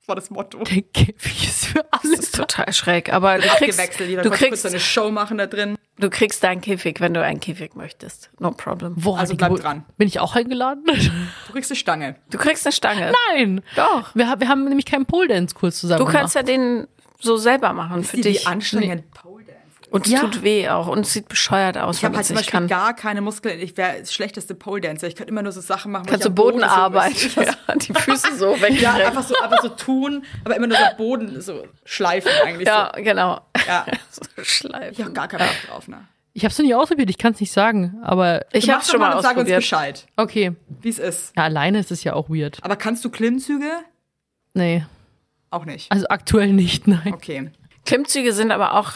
[SPEAKER 2] Das war das Motto.
[SPEAKER 4] Der Käfig ist für
[SPEAKER 1] Das
[SPEAKER 4] alles.
[SPEAKER 1] ist total schräg, aber du kriegst,
[SPEAKER 2] Gewechselt, jeder
[SPEAKER 1] du
[SPEAKER 2] konnte kurz seine
[SPEAKER 1] kriegst,
[SPEAKER 2] Show machen da drin.
[SPEAKER 1] du kriegst deinen Käfig, wenn du einen Käfig möchtest. No problem.
[SPEAKER 4] Boah,
[SPEAKER 2] Also
[SPEAKER 4] die
[SPEAKER 2] bleib
[SPEAKER 4] Geburt-
[SPEAKER 2] dran.
[SPEAKER 4] Bin ich auch eingeladen?
[SPEAKER 2] Du kriegst eine Stange.
[SPEAKER 1] Du kriegst eine Stange.
[SPEAKER 4] Nein.
[SPEAKER 1] Doch.
[SPEAKER 4] Wir, ha- wir haben nämlich keinen Pole-Dance-Kurs zusammen
[SPEAKER 1] Du kannst
[SPEAKER 4] gemacht.
[SPEAKER 1] ja den so selber machen für
[SPEAKER 2] Die,
[SPEAKER 1] dich.
[SPEAKER 2] die anstrengend Pole Dance.
[SPEAKER 1] Und es
[SPEAKER 4] Ja.
[SPEAKER 1] tut weh auch und es sieht bescheuert aus,
[SPEAKER 2] Ich
[SPEAKER 1] wenn
[SPEAKER 2] habe
[SPEAKER 1] man
[SPEAKER 2] halt
[SPEAKER 1] es
[SPEAKER 2] zum
[SPEAKER 1] nicht kann.
[SPEAKER 2] Beispiel gar keine Muskeln. Ich wäre das schlechteste Pole Dancer. Ich könnte immer nur so Sachen machen. wo
[SPEAKER 1] Kannst
[SPEAKER 2] ich
[SPEAKER 1] du
[SPEAKER 2] am Boden so-
[SPEAKER 1] Bodenarbeit, ja, die Füße so weg.
[SPEAKER 2] Ja, einfach so, einfach so tun, aber immer nur so Boden so schleifen eigentlich.
[SPEAKER 1] ja genau.
[SPEAKER 2] So. ja.
[SPEAKER 1] So schleifen.
[SPEAKER 2] Ich habe gar keinen Bock drauf. Ne?
[SPEAKER 4] Ich habe es noch nie ausprobiert, ich kann es nicht sagen. Aber
[SPEAKER 1] Ich
[SPEAKER 2] Du
[SPEAKER 1] habe
[SPEAKER 2] machst
[SPEAKER 1] schon
[SPEAKER 2] doch
[SPEAKER 1] mal
[SPEAKER 2] und sag uns
[SPEAKER 1] ausprobiert.
[SPEAKER 2] Bescheid,
[SPEAKER 4] okay.
[SPEAKER 2] wie es ist.
[SPEAKER 4] Ja, alleine ist es ja auch weird.
[SPEAKER 2] Aber kannst du Klimmzüge?
[SPEAKER 4] Nee,
[SPEAKER 2] Auch nicht.
[SPEAKER 4] also aktuell nicht, nein.
[SPEAKER 2] Okay.
[SPEAKER 1] Klimmzüge sind aber auch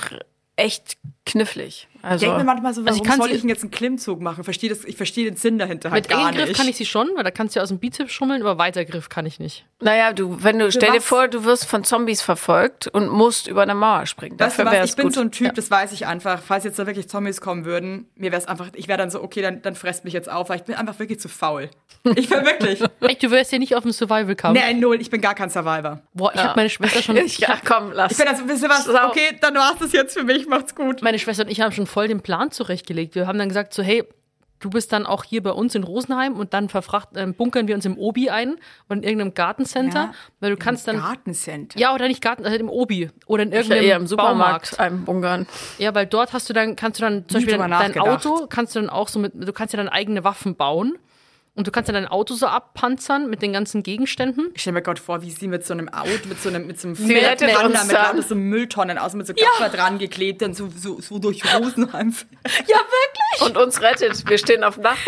[SPEAKER 1] echt knifflig.
[SPEAKER 2] Ich
[SPEAKER 1] Also
[SPEAKER 2] denke mir manchmal so,
[SPEAKER 4] Also
[SPEAKER 2] warum
[SPEAKER 4] ich kann's-
[SPEAKER 2] soll ich denn jetzt einen Klimmzug machen? Versteh das, ich verstehe den Sinn dahinter halt
[SPEAKER 4] Mit
[SPEAKER 2] gar
[SPEAKER 4] Eingriff
[SPEAKER 2] nicht.
[SPEAKER 4] kann ich sie schon, weil da kannst du ja aus dem Bizeps schummeln, aber Weitergriff kann ich nicht.
[SPEAKER 1] Naja, du, wenn du, stell dir
[SPEAKER 2] was?
[SPEAKER 1] vor, du wirst von Zombies verfolgt und musst über eine Mauer springen.
[SPEAKER 2] Weißt du
[SPEAKER 1] Dafür wäre
[SPEAKER 2] was, ich
[SPEAKER 1] es
[SPEAKER 2] bin
[SPEAKER 1] gut.
[SPEAKER 2] so ein Typ, das weiß ich einfach. Falls jetzt da wirklich Zombies kommen würden, mir wäre es einfach, ich wäre dann so, okay, dann, dann fresst mich jetzt auf, weil ich bin einfach wirklich zu faul. Ich bin wirklich.
[SPEAKER 4] Echt, du wärst ja nicht auf dem Survival-Kampf.
[SPEAKER 2] nee, null, ich bin gar kein Survivor.
[SPEAKER 4] Boah, ich hab habe meine Schwester schon. Ich
[SPEAKER 1] ja,
[SPEAKER 4] hab,
[SPEAKER 1] komm, lass.
[SPEAKER 2] Ich bin also, wisst ihr was,
[SPEAKER 1] Sau.
[SPEAKER 2] okay, dann war es das jetzt für mich, macht's gut.
[SPEAKER 4] meine Schwester und ich haben schon voll den Plan zurechtgelegt. Wir haben dann gesagt, so, hey, du bist dann auch hier bei uns in Rosenheim und dann verfracht, äh, bunkern wir uns im Obi ein oder in irgendeinem Gartencenter,
[SPEAKER 2] Ja,
[SPEAKER 4] weil du kannst dann.
[SPEAKER 2] Gartencenter.
[SPEAKER 4] Ja, oder nicht Garten, also im Obi oder in
[SPEAKER 1] Ich wär
[SPEAKER 4] irgendeinem
[SPEAKER 1] eher im Supermarkt,
[SPEAKER 4] Baumarkt.
[SPEAKER 1] einem Ungarn.
[SPEAKER 4] Ja, weil dort hast du dann, kannst du dann zum
[SPEAKER 2] Nie
[SPEAKER 4] Beispiel
[SPEAKER 2] drüber
[SPEAKER 4] dein, dein
[SPEAKER 2] nachgedacht.
[SPEAKER 4] Auto, kannst du dann auch so mit, du kannst ja dann eigene Waffen bauen und du kannst ja dein Auto so abpanzern mit den ganzen Gegenständen.
[SPEAKER 2] Ich stelle mir Gott vor, wie sie mit so einem Auto, mit so einem, mit so einem
[SPEAKER 1] rettet
[SPEAKER 2] Fernseher,
[SPEAKER 1] uns
[SPEAKER 2] mit
[SPEAKER 1] dann.
[SPEAKER 2] lauter so Mülltonnen aus, mit so Gaffer dran geklebt, dann so, so, so durch Rosenheim.
[SPEAKER 4] Ja, wirklich?
[SPEAKER 1] Und uns rettet. Wir stehen auf Nacht.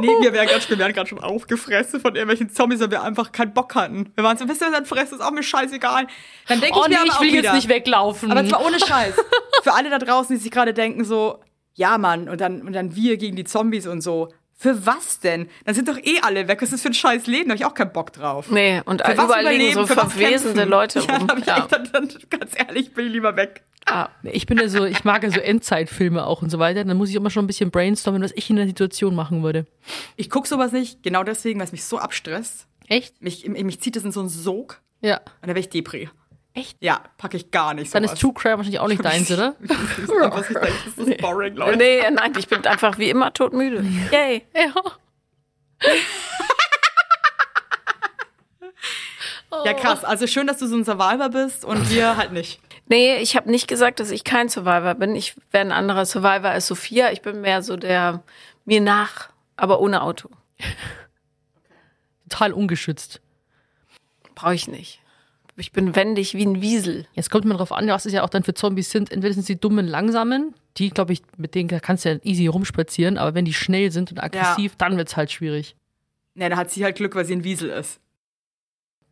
[SPEAKER 2] nee, wir wären ganz schön, wir wären gerade schon aufgefressen von irgendwelchen Zombies, weil wir einfach keinen Bock hatten. Wir waren so, wisst ihr, dann fressen ist auch mir scheißegal. Dann denke
[SPEAKER 4] Oh
[SPEAKER 2] ich
[SPEAKER 4] nee,
[SPEAKER 2] mir aber
[SPEAKER 4] ich
[SPEAKER 2] auch
[SPEAKER 4] will
[SPEAKER 2] wieder,
[SPEAKER 4] jetzt nicht weglaufen.
[SPEAKER 1] Mhm.
[SPEAKER 2] Aber zwar ohne Scheiß. Für alle da draußen, die sich gerade denken, so, ja, Mann, und dann, und dann wir gegen die Zombies und so. Für was denn? Dann sind doch eh alle weg. Was ist das für ein scheiß Leben? Da habe ich auch keinen Bock drauf.
[SPEAKER 1] Nee, und
[SPEAKER 2] Für was
[SPEAKER 1] überall liegen
[SPEAKER 2] überleben?
[SPEAKER 1] so
[SPEAKER 2] Für was
[SPEAKER 1] verwesende
[SPEAKER 2] kämpfen?
[SPEAKER 1] Leute
[SPEAKER 2] Ja,
[SPEAKER 1] rum.
[SPEAKER 2] da hab ich
[SPEAKER 1] Ja.
[SPEAKER 2] echt, dann, dann, ganz ehrlich, bin ich lieber weg.
[SPEAKER 4] Ah, ich bin ja so, ich mag ja so Endzeitfilme auch und so weiter. Dann muss ich immer schon ein bisschen brainstormen, was ich in der Situation machen würde.
[SPEAKER 2] Ich guck sowas nicht, genau deswegen, weil es mich so abstresst.
[SPEAKER 4] Echt?
[SPEAKER 2] Mich, mich zieht es in so einen Sog
[SPEAKER 4] Ja.
[SPEAKER 2] und dann werde ich Depri.
[SPEAKER 4] Echt?
[SPEAKER 2] Ja, packe ich gar nicht.
[SPEAKER 4] Dann
[SPEAKER 2] sowas.
[SPEAKER 4] ist True Crime wahrscheinlich auch nicht deins, oder?
[SPEAKER 2] Was ich denke, das ist boring, Leute.
[SPEAKER 1] Oh, Nee, nein, ich bin einfach wie immer todmüde. Yay.
[SPEAKER 4] Ja.
[SPEAKER 2] Ja,
[SPEAKER 4] Oh.
[SPEAKER 2] krass. Also schön, dass du so ein Survivor bist und wir halt nicht.
[SPEAKER 1] Nee, ich habe nicht gesagt, dass ich kein Survivor bin. Ich wäre ein anderer Survivor als Sophia. Ich bin mehr so der mir nach, aber ohne Auto.
[SPEAKER 4] total ungeschützt.
[SPEAKER 1] Brauche ich nicht. Ich bin wendig wie ein Wiesel.
[SPEAKER 4] Jetzt kommt man drauf an, was es ja auch dann für Zombies sind. Entweder sind sie dummen, langsamen, die, glaube ich, mit denen kannst du ja easy rumspazieren, aber wenn die schnell sind und aggressiv, dann wird's halt schwierig.
[SPEAKER 2] Na, da hat sie halt Glück, weil sie ein Wiesel ist.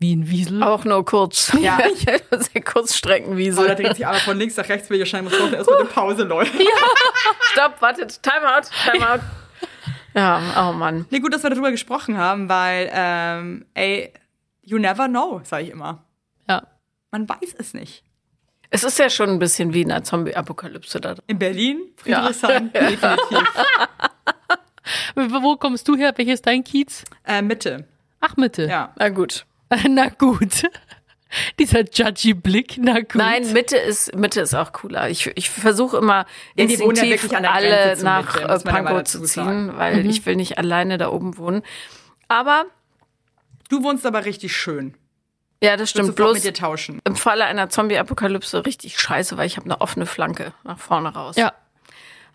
[SPEAKER 4] Wie ein Wiesel.
[SPEAKER 1] Auch nur kurz.
[SPEAKER 2] Hm. Ja.
[SPEAKER 1] ich hätte sehr
[SPEAKER 2] Aber da
[SPEAKER 1] Kurzstreckenwiesel.
[SPEAKER 2] dreht sich aber von links nach rechts, will ich wahrscheinlich muss man erstmal eine Pause, Leute.
[SPEAKER 1] Stopp, wartet. Timeout, Timeout. ja, oh Mann.
[SPEAKER 2] Nee, gut, dass wir darüber gesprochen haben, weil, ähm, ey, you never know, sage ich immer.
[SPEAKER 4] Ja.
[SPEAKER 2] Man weiß es nicht.
[SPEAKER 1] Es ist ja schon ein bisschen wie in einer Zombie-Apokalypse da drin.
[SPEAKER 2] In Berlin, Friedrichshain, definitiv.
[SPEAKER 4] Wo wo kommst du her? Welches ist dein Kiez?
[SPEAKER 2] äh, Mitte,
[SPEAKER 4] Ach, Mitte.
[SPEAKER 2] ja.
[SPEAKER 1] Na gut.
[SPEAKER 4] Na gut. Dieser judgy Blick, na gut.
[SPEAKER 1] Nein, Mitte ist, Mitte ist auch cooler. Ich, ich versuche immer
[SPEAKER 2] Ja, die wohnen ja
[SPEAKER 1] instinktiv
[SPEAKER 2] wirklich an der
[SPEAKER 1] alle
[SPEAKER 2] Grenze zu
[SPEAKER 1] nach
[SPEAKER 2] Mitte,
[SPEAKER 1] äh,
[SPEAKER 2] muss man ja mal
[SPEAKER 1] Pankow
[SPEAKER 2] dazu
[SPEAKER 1] zu
[SPEAKER 2] sagen. Mhm.
[SPEAKER 1] ziehen, weil ich will nicht alleine da oben wohnen. Aber,
[SPEAKER 2] Du wohnst aber richtig schön.
[SPEAKER 1] ja, das
[SPEAKER 2] Ich will
[SPEAKER 1] stimmt.
[SPEAKER 2] Sofort mit
[SPEAKER 1] Bloß
[SPEAKER 2] dir tauschen.
[SPEAKER 1] im Falle einer Zombie-Apokalypse richtig scheiße, weil ich habe eine offene Flanke nach vorne raus.
[SPEAKER 4] Ja.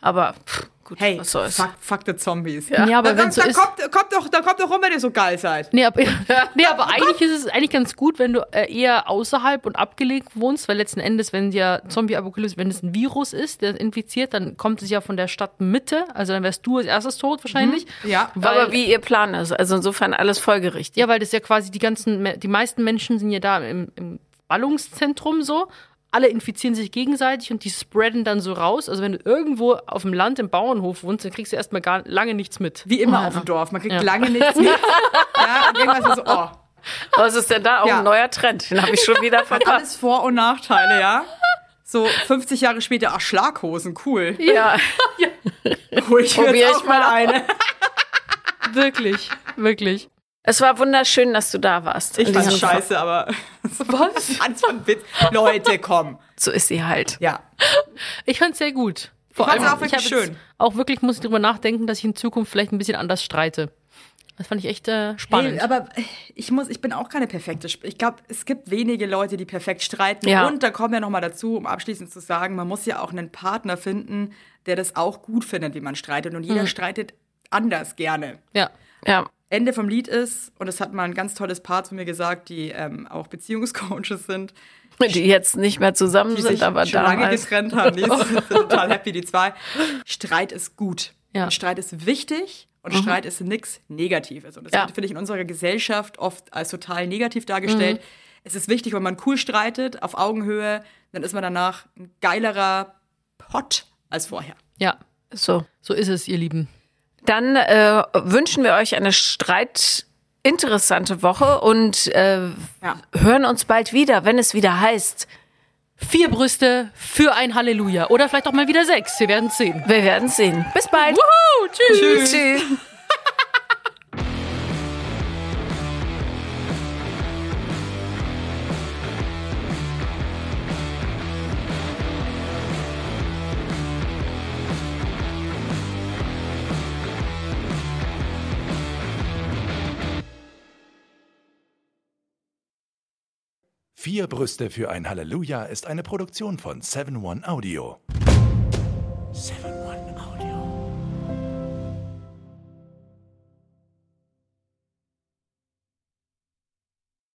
[SPEAKER 1] Aber pff, gut,
[SPEAKER 2] Hey,
[SPEAKER 1] was soll's.
[SPEAKER 2] fuck, fuck the Zombies.
[SPEAKER 4] Ja, aber
[SPEAKER 2] Da-
[SPEAKER 4] wenn so
[SPEAKER 2] da,
[SPEAKER 4] ist.
[SPEAKER 2] kommt, kommt doch, da kommt doch rum, wenn ihr so geil seid.
[SPEAKER 4] Nee, aber, nee, aber eigentlich ist es eigentlich ganz gut, wenn du äh, eher außerhalb und abgelegt wohnst, weil letzten Endes, wenn ja Zombie-Apokalypse, wenn es ein Virus ist, der infiziert, dann kommt es ja von der Stadtmitte, also dann wärst du als erstes tot wahrscheinlich.
[SPEAKER 2] Mhm. Ja.
[SPEAKER 4] Weil,
[SPEAKER 1] Aber wie ihr Plan ist. Also insofern alles folgerichtig.
[SPEAKER 4] Ja, weil das ja quasi die ganzen, Me- die meisten Menschen sind ja da im, im Ballungszentrum so. Alle infizieren sich gegenseitig und die spreaden dann so raus. Also wenn du irgendwo auf dem Land im Bauernhof wohnst, dann kriegst du erstmal gar lange nichts mit.
[SPEAKER 2] Wie immer auf dem Dorf. Man kriegt lange nichts mit. ja, und irgendwas ist so, oh.
[SPEAKER 1] Was ist denn da? Auch
[SPEAKER 2] Ja.
[SPEAKER 1] ein neuer Trend. Den habe ich schon wieder verpasst.
[SPEAKER 2] Alles Vor- und Nachteile, ja? So 50 Jahre später, ach, Schlaghosen, cool.
[SPEAKER 1] Ja.
[SPEAKER 2] Hol ich mir
[SPEAKER 1] Probier
[SPEAKER 2] jetzt
[SPEAKER 1] ich
[SPEAKER 2] auch mal
[SPEAKER 1] mal.
[SPEAKER 2] eine.
[SPEAKER 4] Wirklich, wirklich.
[SPEAKER 1] Es war wunderschön, dass du da warst.
[SPEAKER 2] Ich
[SPEAKER 1] In
[SPEAKER 2] fand's
[SPEAKER 1] diesem-
[SPEAKER 2] scheiße, aber.
[SPEAKER 4] Was?
[SPEAKER 2] Hans von Witz. Leute, komm.
[SPEAKER 1] So ist sie halt.
[SPEAKER 2] Ja.
[SPEAKER 4] Ich fand's sehr gut. Vor
[SPEAKER 2] fand's auch
[SPEAKER 4] ich
[SPEAKER 2] wirklich
[SPEAKER 4] hab jetzt
[SPEAKER 2] schön.
[SPEAKER 4] Auch wirklich muss ich drüber nachdenken, dass ich in Zukunft vielleicht ein bisschen anders streite. Das fand ich echt äh, spannend.
[SPEAKER 2] Hey, aber ich muss, ich bin auch keine perfekte. Sp ich glaube, es gibt wenige Leute, die perfekt streiten.
[SPEAKER 1] Ja.
[SPEAKER 2] Und da kommen wir nochmal dazu, um abschließend zu sagen, man muss ja auch einen Partner finden, der das auch gut findet, wie man streitet. Und jeder streitet anders gerne.
[SPEAKER 4] ja.
[SPEAKER 1] Ja.
[SPEAKER 2] Ende vom Lied ist, und das hat mal ein ganz tolles Paar zu mir gesagt, die ähm, auch Beziehungscoaches sind,
[SPEAKER 1] Die jetzt nicht mehr zusammen
[SPEAKER 2] die
[SPEAKER 1] sind,
[SPEAKER 2] sich
[SPEAKER 1] aber
[SPEAKER 2] schon lange
[SPEAKER 1] damals.
[SPEAKER 2] getrennt haben. Die sind total happy, die zwei. Streit ist gut.
[SPEAKER 4] Ja.
[SPEAKER 2] Und Streit ist wichtig und Streit ist nichts Negatives. Und das
[SPEAKER 1] Mhm. Ja.
[SPEAKER 2] wird, finde ich, in unserer Gesellschaft oft als total negativ
[SPEAKER 1] Mhm.
[SPEAKER 2] dargestellt. Es ist wichtig, wenn man cool streitet, auf Augenhöhe, dann ist man danach ein geilerer Pott als vorher.
[SPEAKER 4] ja,
[SPEAKER 1] So.
[SPEAKER 4] so ist es, ihr Lieben.
[SPEAKER 1] Dann äh, wünschen wir euch eine streitinteressante Woche und äh,
[SPEAKER 2] Ja.
[SPEAKER 1] hören uns bald wieder, wenn es wieder heißt.
[SPEAKER 4] Vier Brüste für ein Halleluja. Oder vielleicht auch mal wieder sechs. Wir werden sehen.
[SPEAKER 1] Wir werden sehen. Bis bald.
[SPEAKER 4] Woohoo! Tschüss.
[SPEAKER 1] Tschüss.
[SPEAKER 7] Vier Brüste für ein Halleluja ist eine Produktion von 7-One Audio. 7-One